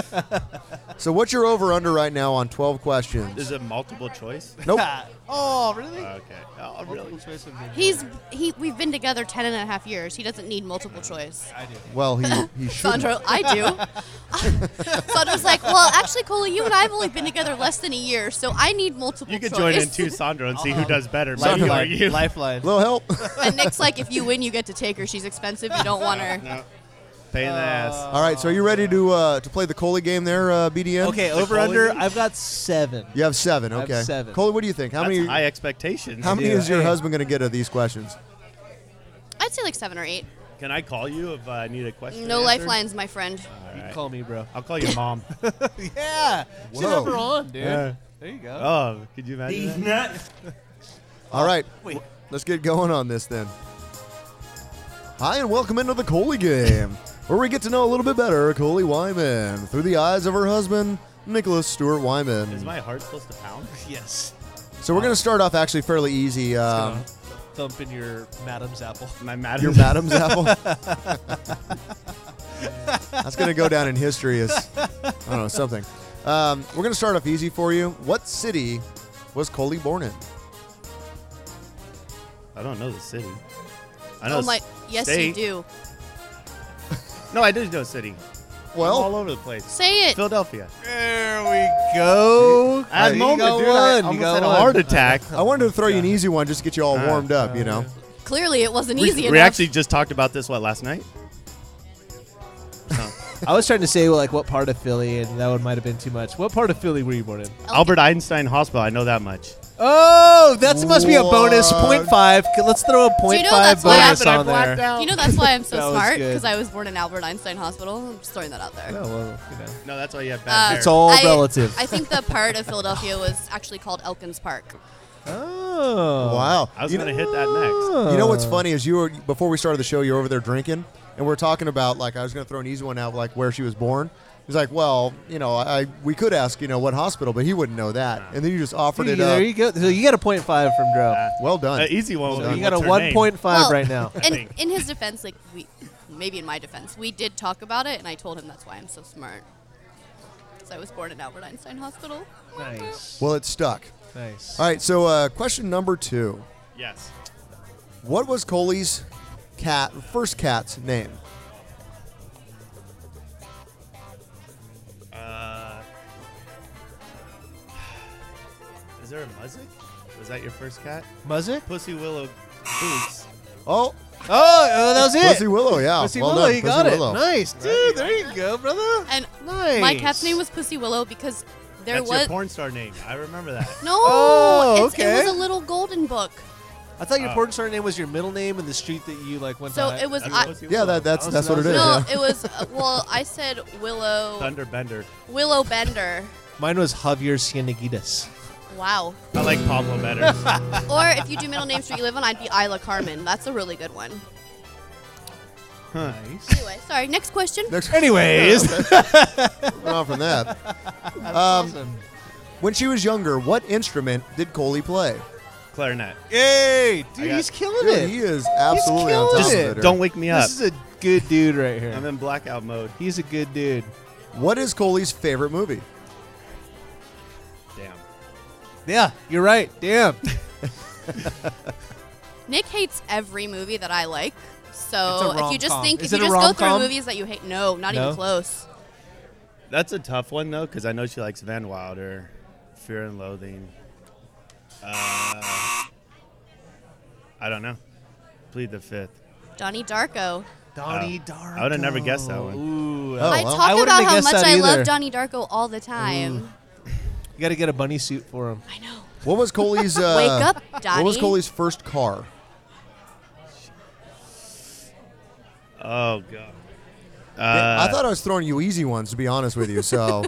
F: So what's your over under right now on 12 questions?
K: Is it multiple choice?
G: *laughs*
F: Nope.
G: *laughs* oh, really?
K: Okay. Oh, really?
H: He's he. We've been together ten and a half years. He doesn't need multiple choice. I do.
F: Well, he he should.
H: Sandro, I do.
K: *laughs*
H: Sandro's like, well, actually, Coley, you and I have only been together less than a year, so I need multiple.
K: You could
H: choice.
K: join in too, Sandra, and see
H: Uh-huh.
K: who does better.
G: Lifeline.
K: Me or you? *laughs*
G: *laughs* Lifeline.
F: Little help.
H: and Nick's like, if you win, you get to take her. She's expensive. You don't want her.
F: uh,
K: Pain in the ass.
F: All right, so are you ready to uh, to play the Coley game there, uh, BDM?
G: Okay, over under. I've got seven.
F: You have seven.
G: I have
F: Okay,
G: seven.
F: Coley, what do you think? How
K: That's
F: many?
K: high expectations.
F: How many
K: Yeah.
F: is your
K: Hey,
F: husband going to get of these questions?
H: I'd say like seven or eight.
K: Can I call you if I need a question?
H: No
K: answered?
H: lifelines, my friend.
K: All right.
G: Call me, bro.
K: I'll call
F: *laughs*
K: your mom.
G: Yeah. Sit
F: Whoa.
G: over on, dude.
K: Yeah.
G: There you go.
K: *laughs* oh, could you imagine? that?
F: All right,
G: Wait.
F: let's get going on this then. Hi, and welcome into the Coley game, where we get to know a little bit better Coley Wyman through the eyes of her husband, Nicholas Stewart
K: Is
F: Wyman.
K: my heart supposed to pound?
G: Oh. Yes.
F: So we're going to start off actually fairly easy. Um,
G: Thump in your madam's apple.
K: My madam.
F: your madam's apple. That's going to go down in history as I don't know something. Um, we're going to start off easy for you. What city was Coley born in?
K: I don't know the city. I know.
H: Oh
K: the
H: my.
K: s-
H: Yes, you
K: state.
H: do.
K: No, I do know city.
F: Well-
K: I'm all over the place.
H: Say it.
K: Philadelphia.
G: There we go.
K: At
G: You
K: moment,
G: got
K: dude, I
G: one.
K: almost
G: you got
K: had a
G: one.
H: *laughs*
K: heart attack.
F: I wanted to throw you an easy one just to get you all warmed up, you know.
H: Clearly, it wasn't
K: We,
H: easy
K: we
H: enough.
K: actually just talked about this what last night.
G: *laughs* I was trying to say like what part of Philly, and that one might have been too much. What part of Philly were you born in?
K: Albert Einstein Hospital. I know that much.
G: Oh, that must be a bonus. Point five. C- Let's throw a
H: Do
G: point
H: you know
G: five
H: that's why I-
G: bonus on there.
H: You
K: *laughs*
H: know that's why I'm
G: That
H: so
G: was
H: smart
G: good.
H: because I was born in Albert Einstein Hospital. I'm just throwing that out there.
G: Oh, well, you know.
K: No, that's why you have bad
H: Uh,
K: hair.
G: It's all
H: I-
G: relative.
H: I think the part
K: *laughs*
H: of Philadelphia was actually called Elkins Park.
G: Oh.
F: Wow.
K: I was
F: you,
K: gonna
F: know,
K: hit that next.
F: you know what's funny is you were before we started the show, you were over there drinking, and we are talking about like I was gonna throw an easy one out like where she was born. He's like, well, you know, I we could ask, you know, what hospital, but he wouldn't know that. And then you just offered
G: Dude,
F: it up.
G: there you go. So you got a point five from Dro.
F: Well done.
K: An easy one.
G: So
K: was
G: you
K: what's
G: got a
K: her
G: one
K: name?
G: point five
H: Well,
G: right now.
H: And
K: think.
H: in his defense, like we, maybe in my defense, we did talk about it, and I told him that's why I'm so smart. because I was born at Albert Einstein Hospital.
G: Nice.
F: Well, it stuck.
G: *laughs* Nice.
F: All right, so uh, question number two.
K: Yes.
F: What was Coley's cat first cat's name?
K: Uh, is there a Muzzick? Was that your first cat?
G: Muzzick?
K: Pussy Willow Boots.
F: Oh.
G: Oh, oh, that was it.
F: Pussy Willow, yeah.
G: Pussy
F: Well
G: Willow,
F: done,
G: you
F: Pussy
G: got it.
F: Willow.
G: Nice, dude. There you go, brother.
H: And
G: nice.
H: my cat's name was Pussy Willow because there
K: That's
H: was
K: your porn star name. I remember that.
H: no.
G: Oh,
H: it's-
G: okay.
H: It was a little golden book.
G: I thought your
K: Oh.
G: porn star name was your middle name and the street that you like went
H: So
G: to.
H: it was I-
F: Yeah, that- that's- that's
G: *laughs*
F: what it is,
H: No,
F: yeah.
H: it was uh, well. I said Willow.
K: Thunderbender.
H: Willow Bender.
G: Mine was Javier Cienegitas.
H: Wow.
K: I like Pablo better.
H: Or if you do middle names that you live on, I'd be Isla Carmen. That's a really good one.
G: Nice.
H: Anyway, sorry. Next question.
F: Next-
G: Anyways.
F: Went on from
G: *laughs*
F: that.
H: That's
G: awesome.
F: When she was younger, what instrument did Coley play?
K: Clarinet.
G: Yay,
K: I
G: dude,
K: got-
G: he's killing
F: Dude,
G: it.
F: he is absolutely on
G: killing
F: top of
G: it.
F: it.
K: Just don't wake me up.
G: This is a good dude right here.
K: I'm in blackout mode.
G: He's a good dude.
F: What is Coley's favorite movie?
K: Damn.
G: Yeah, you're right.
K: *laughs*
G: Damn.
K: Oh.
H: Nick hates every movie that I like. So
G: It's a
H: if you just
G: rom-com.
H: think,
G: Is
H: if
G: it
H: you
G: a
H: just go through
G: rom-com?
H: movies that you hate, no, not
K: No?
H: even close.
K: That's a tough one though, because I know she likes Van Wilder, Fear and Loathing. Uh, I don't know. Plead the fifth.
H: Donnie Darko.
G: Donnie
K: Oh. I would have never guessed that one.
G: Ooh.
F: Oh,
H: I talk about how much I love Donnie Darko all the time.
G: You got to get a bunny suit for him. I know.
F: What was
G: *laughs*
F: Coley's? Uh,
H: Wake up,
F: What was
H: Donnie.
F: Coley's first car?
K: Oh god.
G: Uh,
K: Uh,
F: I thought I was throwing you easy ones, to be honest with you.
G: *laughs*
F: So,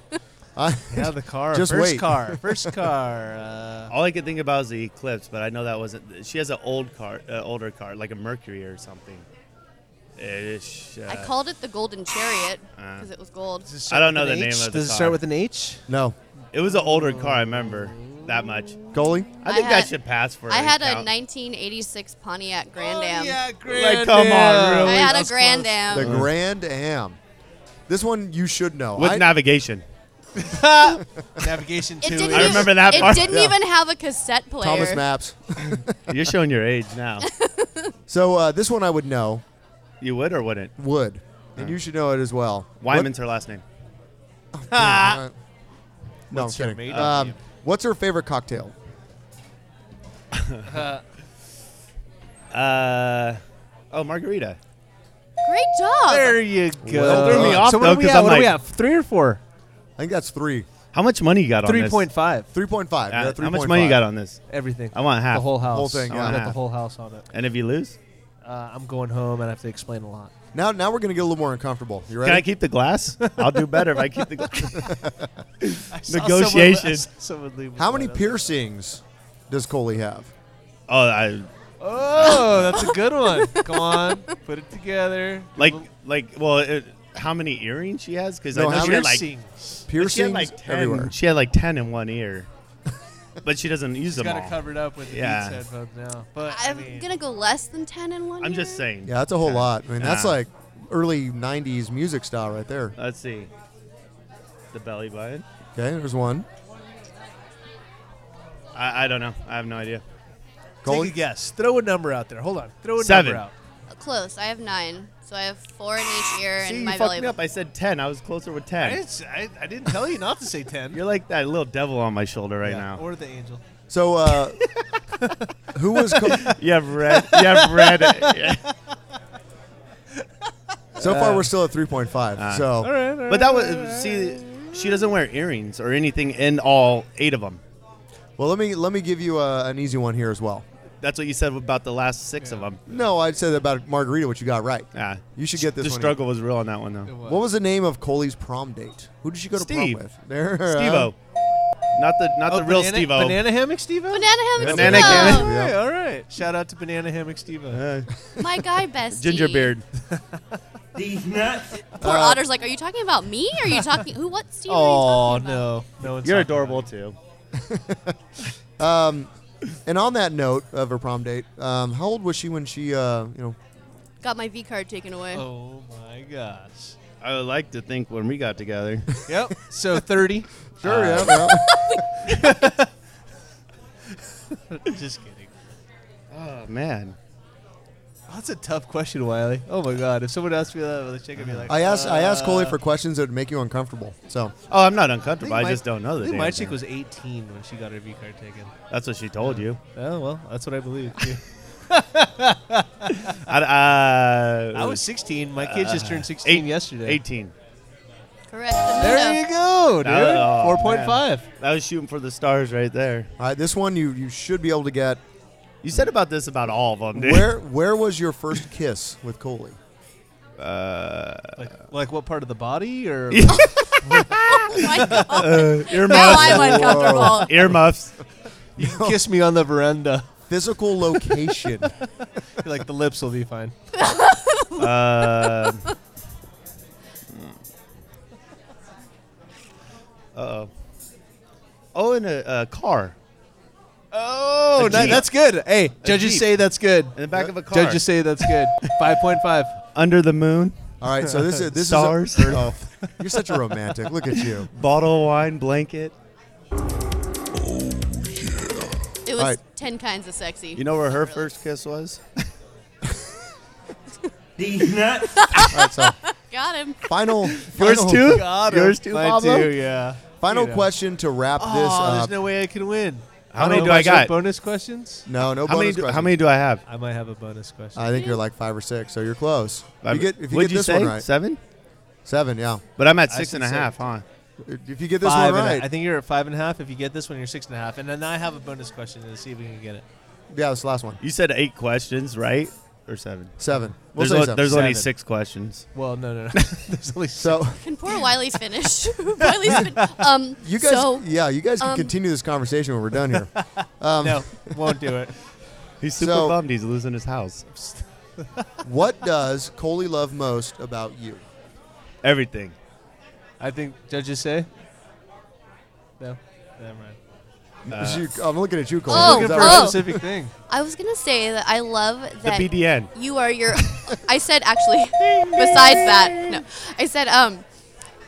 F: I,
G: Yeah, the
F: *laughs*
G: car.
F: Just
G: first
F: wait.
G: car.
K: *laughs*
G: First car. Uh,
K: All I could think about is the Eclipse, but I know that wasn't. She has an old car, uh, older car, like a Mercury or something. Ish.
H: I called it the Golden Chariot
K: Uh.
H: because it was gold.
K: I don't know the
G: An
K: name
G: H?
K: of the
G: Does it
K: car.
G: start with an H?
F: No.
K: It was an older car. I remember that much.
F: Coley.
K: I think
H: had-
K: that should pass for.
H: I had a
K: count.
H: 1986 Pontiac Grand
G: Oh,
H: Am. Oh, yeah,
K: Like, come on, really?
H: I had a Grand Am.
F: the Grand Am. This one you should know.
K: Uh-huh. with
F: I-
K: navigation.
G: Navigation
H: It
G: to
H: didn't
K: I
H: even-
K: remember that
H: It
K: part.
H: didn't
K: Yeah.
H: even have a cassette player.
F: Thomas Maps.
K: You're showing your age
H: *laughs*
K: now.
F: *laughs* so uh, this one I would know.
K: You would or wouldn't?
F: Would,
K: Uh-huh.
F: and you should know it as well.
K: Wyman's her last name.
F: What? no, I'm
G: What's your
F: kidding.
G: maiden
F: Um,
G: name?
F: what's her favorite cocktail?
K: Uh, oh, Margarita.
H: Great job.
G: There you go.
K: Well Threw me off,
G: so
F: Oh,
G: what
K: though,
G: are we
K: 'cause
G: at?
K: I'm
G: What are we
K: like-
G: at? Three or four?
F: I think that's three.
K: How much money you got on
G: Three
K: this?
G: point five.
F: Three point five.
K: Uh, how much money you got Oh, on this?
G: Everything.
K: I want half.
G: The whole house.
F: Whole thing,
G: I
F: yeah.
G: want
K: Half.
G: the whole house on it.
K: And if you lose,
G: Uh, I'm going home and I have to explain a lot.
F: Now, now we're gonna get a little more uncomfortable. You ready?
K: can I keep
F: *laughs*
K: the glass? I'll do better if I keep the
G: I
K: glass.
G: saw Someone, I
K: Negotiation.
G: saw someone leave with
F: How many
G: that.
F: piercings does Coley have?
K: Oh, I
G: Oh, that's a good one. *laughs* Come on, put it together.
K: like like well, it, how many earrings she has? Because
F: No,
K: I know
F: how
K: she
F: many-
K: had like
G: Piercings.
K: but
F: Piercings
K: she had like ten.
F: everywhere.
K: She had like ten in one
F: *laughs*
K: ear, but she doesn't use
G: He's
K: them
G: got
K: all.
G: it covered up with the
K: Yeah.
G: Beats headphones now. But I
H: I'm
G: mean,
H: gonna go less than 10 in one.
K: I'm just
H: year.
K: saying.
F: Yeah, that's a whole lot. I mean, that's
K: Yeah.
F: like early '90s music style right there.
K: Let's see. The belly button.
F: Okay, there's one.
K: I, I don't know. I have no idea.
G: take a guess. Throw a number out there. Hold on. Throw a
K: Seven.
G: number out.
H: Close. I have nine. So I have four in each ear
K: See,
H: and
K: you
H: my
K: fucked
H: belly.
K: me up. I said ten. I was closer with
G: I
K: ten.
G: didn't, s- I, I didn't tell you not to say ten.
K: You're like that little devil on my shoulder *laughs* right now.
G: Or the angel.
F: So, uh, who was Co-
K: You have red. You have
F: *laughs*
K: red.
F: so far? We're still at 3.5.
K: Uh,
F: so,
G: All right. all
K: But
G: right,
K: that
G: all
K: was
G: right.
K: see, she doesn't wear earrings or anything in all eight of them.
F: well, let me let me give you uh, an easy one here as well.
K: That's what you said about the last six of them.
F: No, I said about Margarita, what you got right.
K: Yeah,
F: You should get this
K: The
F: one.
K: struggle was real on that one though.
F: What was the name of Coley's prom date? Who did she go to
K: Steve.
F: prom with? There, uh,
K: Steve-O. not the not
G: Oh,
K: the real
G: banana,
K: Steve-O.
G: Banana hammock Steve-O?
H: Banana hammock.
K: Banana
H: Steve-O.
K: hammock.
G: All right,
F: Yeah.
G: all right. Shout out to Banana Hammock Steve-O.
H: *laughs* My guy bestie.
K: Ginger beard.
I: These nuts.
H: Poor Otter's like, are you talking about me? Are you talking who? What Steve? are
G: oh,
H: you talking about?
G: no. No one's
K: You're
G: talking
K: adorable
G: about
K: too.
F: And on that note of her prom date, um, how old was she when she, uh, you know,
H: Got my V card taken away.
G: it. Oh, my gosh.
K: I would like to think when we got together. *laughs*
G: Yep. So 30.
K: Sure, yeah,
G: *laughs*
F: uh,
G: Just kidding.
K: Oh, man.
G: That's a tough question, Wiley. Oh my God! If someone asked me that, the chick would be
F: *laughs*
G: like,
F: I asked I asked Coley
G: uh,
F: for questions that would make you uncomfortable. So
K: Oh, I'm not uncomfortable. I, just don't know
G: I
K: the
G: think
K: damn
G: my
K: thing.
G: chick was 18 when she got her V card taken.
K: That's what she told you.
G: Oh well, that's what I
K: *laughs*
G: believe.
K: I, uh,
G: I was 16. My kids just turned 16 yesterday.
K: 18.
H: Correct.
G: There you go, dude.
K: Oh,
G: Four point five.
K: man. I was shooting for the stars right there.
F: All right, this one you you should be able to get.
K: You said about this about all of them, dude.
F: where where was your first kiss with Coley?
K: Uh,
G: like, like what part of the body *laughs* or?
K: Uh, earmuffs. Whoa. *laughs* Earmuffs.
G: You can kiss me on the veranda. *laughs*
F: Physical location.
G: like the lips will be fine.
K: Uh, oh. Oh, in a, a car.
G: Oh,
K: A
G: that-
K: Jeep.
G: that's good. Hey,
K: A
G: judges
K: Jeep.
G: say that's good.
K: In the back of a car.
G: Judges say that's *laughs* good. Five point five.
K: Under the moon.
F: All right, so this is this
K: stars.
F: is a- oh, you're such a romantic. Look at
K: *laughs*
F: you.
K: Bottle of wine, blanket.
H: It was
K: All right.
H: ten kinds of sexy.
K: You know where her first kiss was?
H: These nuts.
F: right, so-
H: Got him.
F: Final.
K: *laughs* Yours
F: final-
K: too? Got him. Yours too, Mine Pablo? too,
G: yeah.
F: Final
G: You know.
F: question to wrap
G: oh,
F: this
G: there's
F: up.
G: no way I can win.
K: How many
G: Oh,
K: do I
G: is there
K: got?
G: Bonus questions?
F: No, no
K: how many
F: bonus
K: do, How
F: questions.
K: many do I have?
G: I might have a bonus question.
F: I think you're like five or six, so you're close. If you
K: Five-
F: get, if you
K: What'd
F: get
K: you
F: this
K: say?
F: one right,
K: Seven?
F: seven, yeah.
K: But I'm at
G: I
K: six
G: should
K: and a
G: say-
K: half, huh?
F: If you get this
G: Five
F: one
G: and a-
F: right,
G: I think you're at five and a half. If you get this one, you're six and a half. And then I have a bonus question to see if we can get it.
F: yeah, this last one,
K: You said eight questions, right? Or seven?
F: seven. We'll
K: there's
F: say
K: o-
F: seven.
K: there's only
F: Seven.
K: six questions.
G: Well, no, no, no. *laughs* There's only
F: So
H: Can poor Wiley finish? *laughs* Wiley's fin- um.
F: you guys,
H: So,
F: yeah, you guys can
H: um,
F: continue this conversation when we're done
K: *laughs*
F: here. Um,
G: no, *laughs* won't do it.
K: He's super
F: So-
K: bummed he's losing his house.
F: what does Coley love most about you?
K: Everything.
G: I think judges say. No, never mind.
K: Uh,
F: Is you- I'm looking at you, Coley.
H: Oh,
F: Is that
G: for
F: right?
G: a specific thing.
H: I was gonna say that I love that
K: BDN.
H: you are your. I said actually. besides that, no. I said um,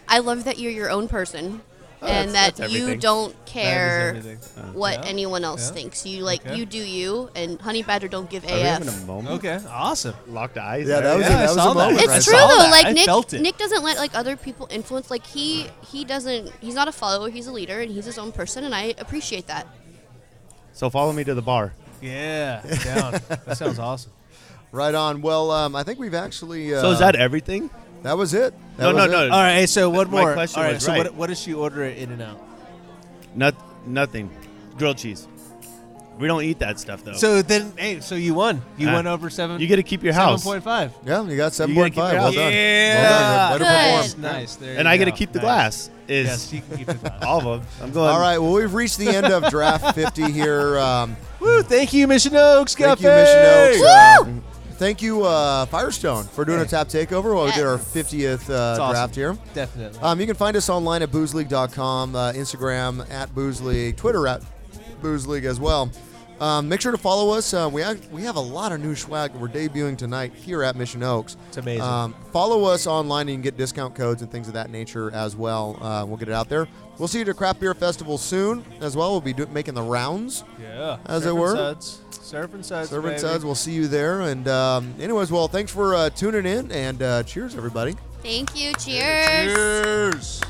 H: I love that you're your own person,
A: Oh,
H: and
A: that's-
H: that
A: that's
H: you
A: everything.
H: don't
A: That is
H: care
A: everything. Uh,
H: what
A: yeah,
H: anyone else
A: yeah.
H: thinks. You like
A: Okay.
H: you do you, and Honey Badger don't give
K: Are we having a
H: AF.
K: moment?
G: Okay, awesome.
K: Locked eyes.
F: Yeah, that
K: there.
F: was a- Yeah, I that was a saw that. moment
H: It's
F: right
H: true
F: there.
H: though.
F: I saw that.
H: Like
F: I
H: Nick,
F: felt it.
H: Nick doesn't let like other people influence. Like he he doesn't. He's not a follower. He's a leader, and he's his own person. And I appreciate that.
K: So follow me to the bar.
G: Yeah, down. that sounds awesome.
F: Right on. Well, um, I think we've actually. Uh,
K: so is that everything?
F: That was it. That
K: No, no,
F: was
K: no.
F: it.
G: *laughs* All right, hey, so one
K: My
G: more.
K: question
G: All right,
K: was
G: so
K: right.
G: what, what does she order at In and Out?
K: Not, nothing. Grilled cheese. We don't eat that stuff though.
G: So then, hey, so you won. Uh, You
K: Ah.
G: won over seven.
K: You get to keep your house.
G: Seven point five.
F: Yeah, you got seven
K: You gotta
F: point
K: keep your
F: five. Well
K: house.
F: done.
G: Yeah.
F: Well done. Way to- way to
G: Good.
F: perform.
G: Nice. There
K: and
G: you
K: I got to
G: go.
K: keep the
G: Nice.
K: glass. Is
G: Yes, you can keep the glass.
K: *laughs* all of them. I'm going.
F: All right. Well, we've reached the end of
K: *laughs*
F: draft 50 here. Um,
G: Woo! Thank you, Mission Oaks
F: thank
G: Cafe.
F: you, Mission Oaks. uh, thank you, uh, Firestone, for doing a tap takeover while we did our 50th uh,
G: It's awesome.
F: draft here.
G: Definitely.
F: Um, you can find us online at boozeleague.com, uh, Instagram at boozeleague, Twitter at boozeleague as well. Um, make sure to follow us. Uh, we, act, we have a lot of new swag that we're debuting tonight here at Mission Oaks. It's
G: amazing.
F: follow us online and you can get discount codes and things of that nature as well. Uh, we'll get it out there. We'll see you at a Craft Beer Festival soon as well. We'll be do- making the rounds.
G: Yeah.
F: As
G: Surf
F: it
G: and
F: were.
G: Suds. Uh, Surf and suds.
F: Servant
G: baby.
F: Suds, we'll see you there. And, um, anyways, well, thanks for uh, tuning in and uh, cheers, everybody.
H: Thank you. Cheers.
F: Cheers.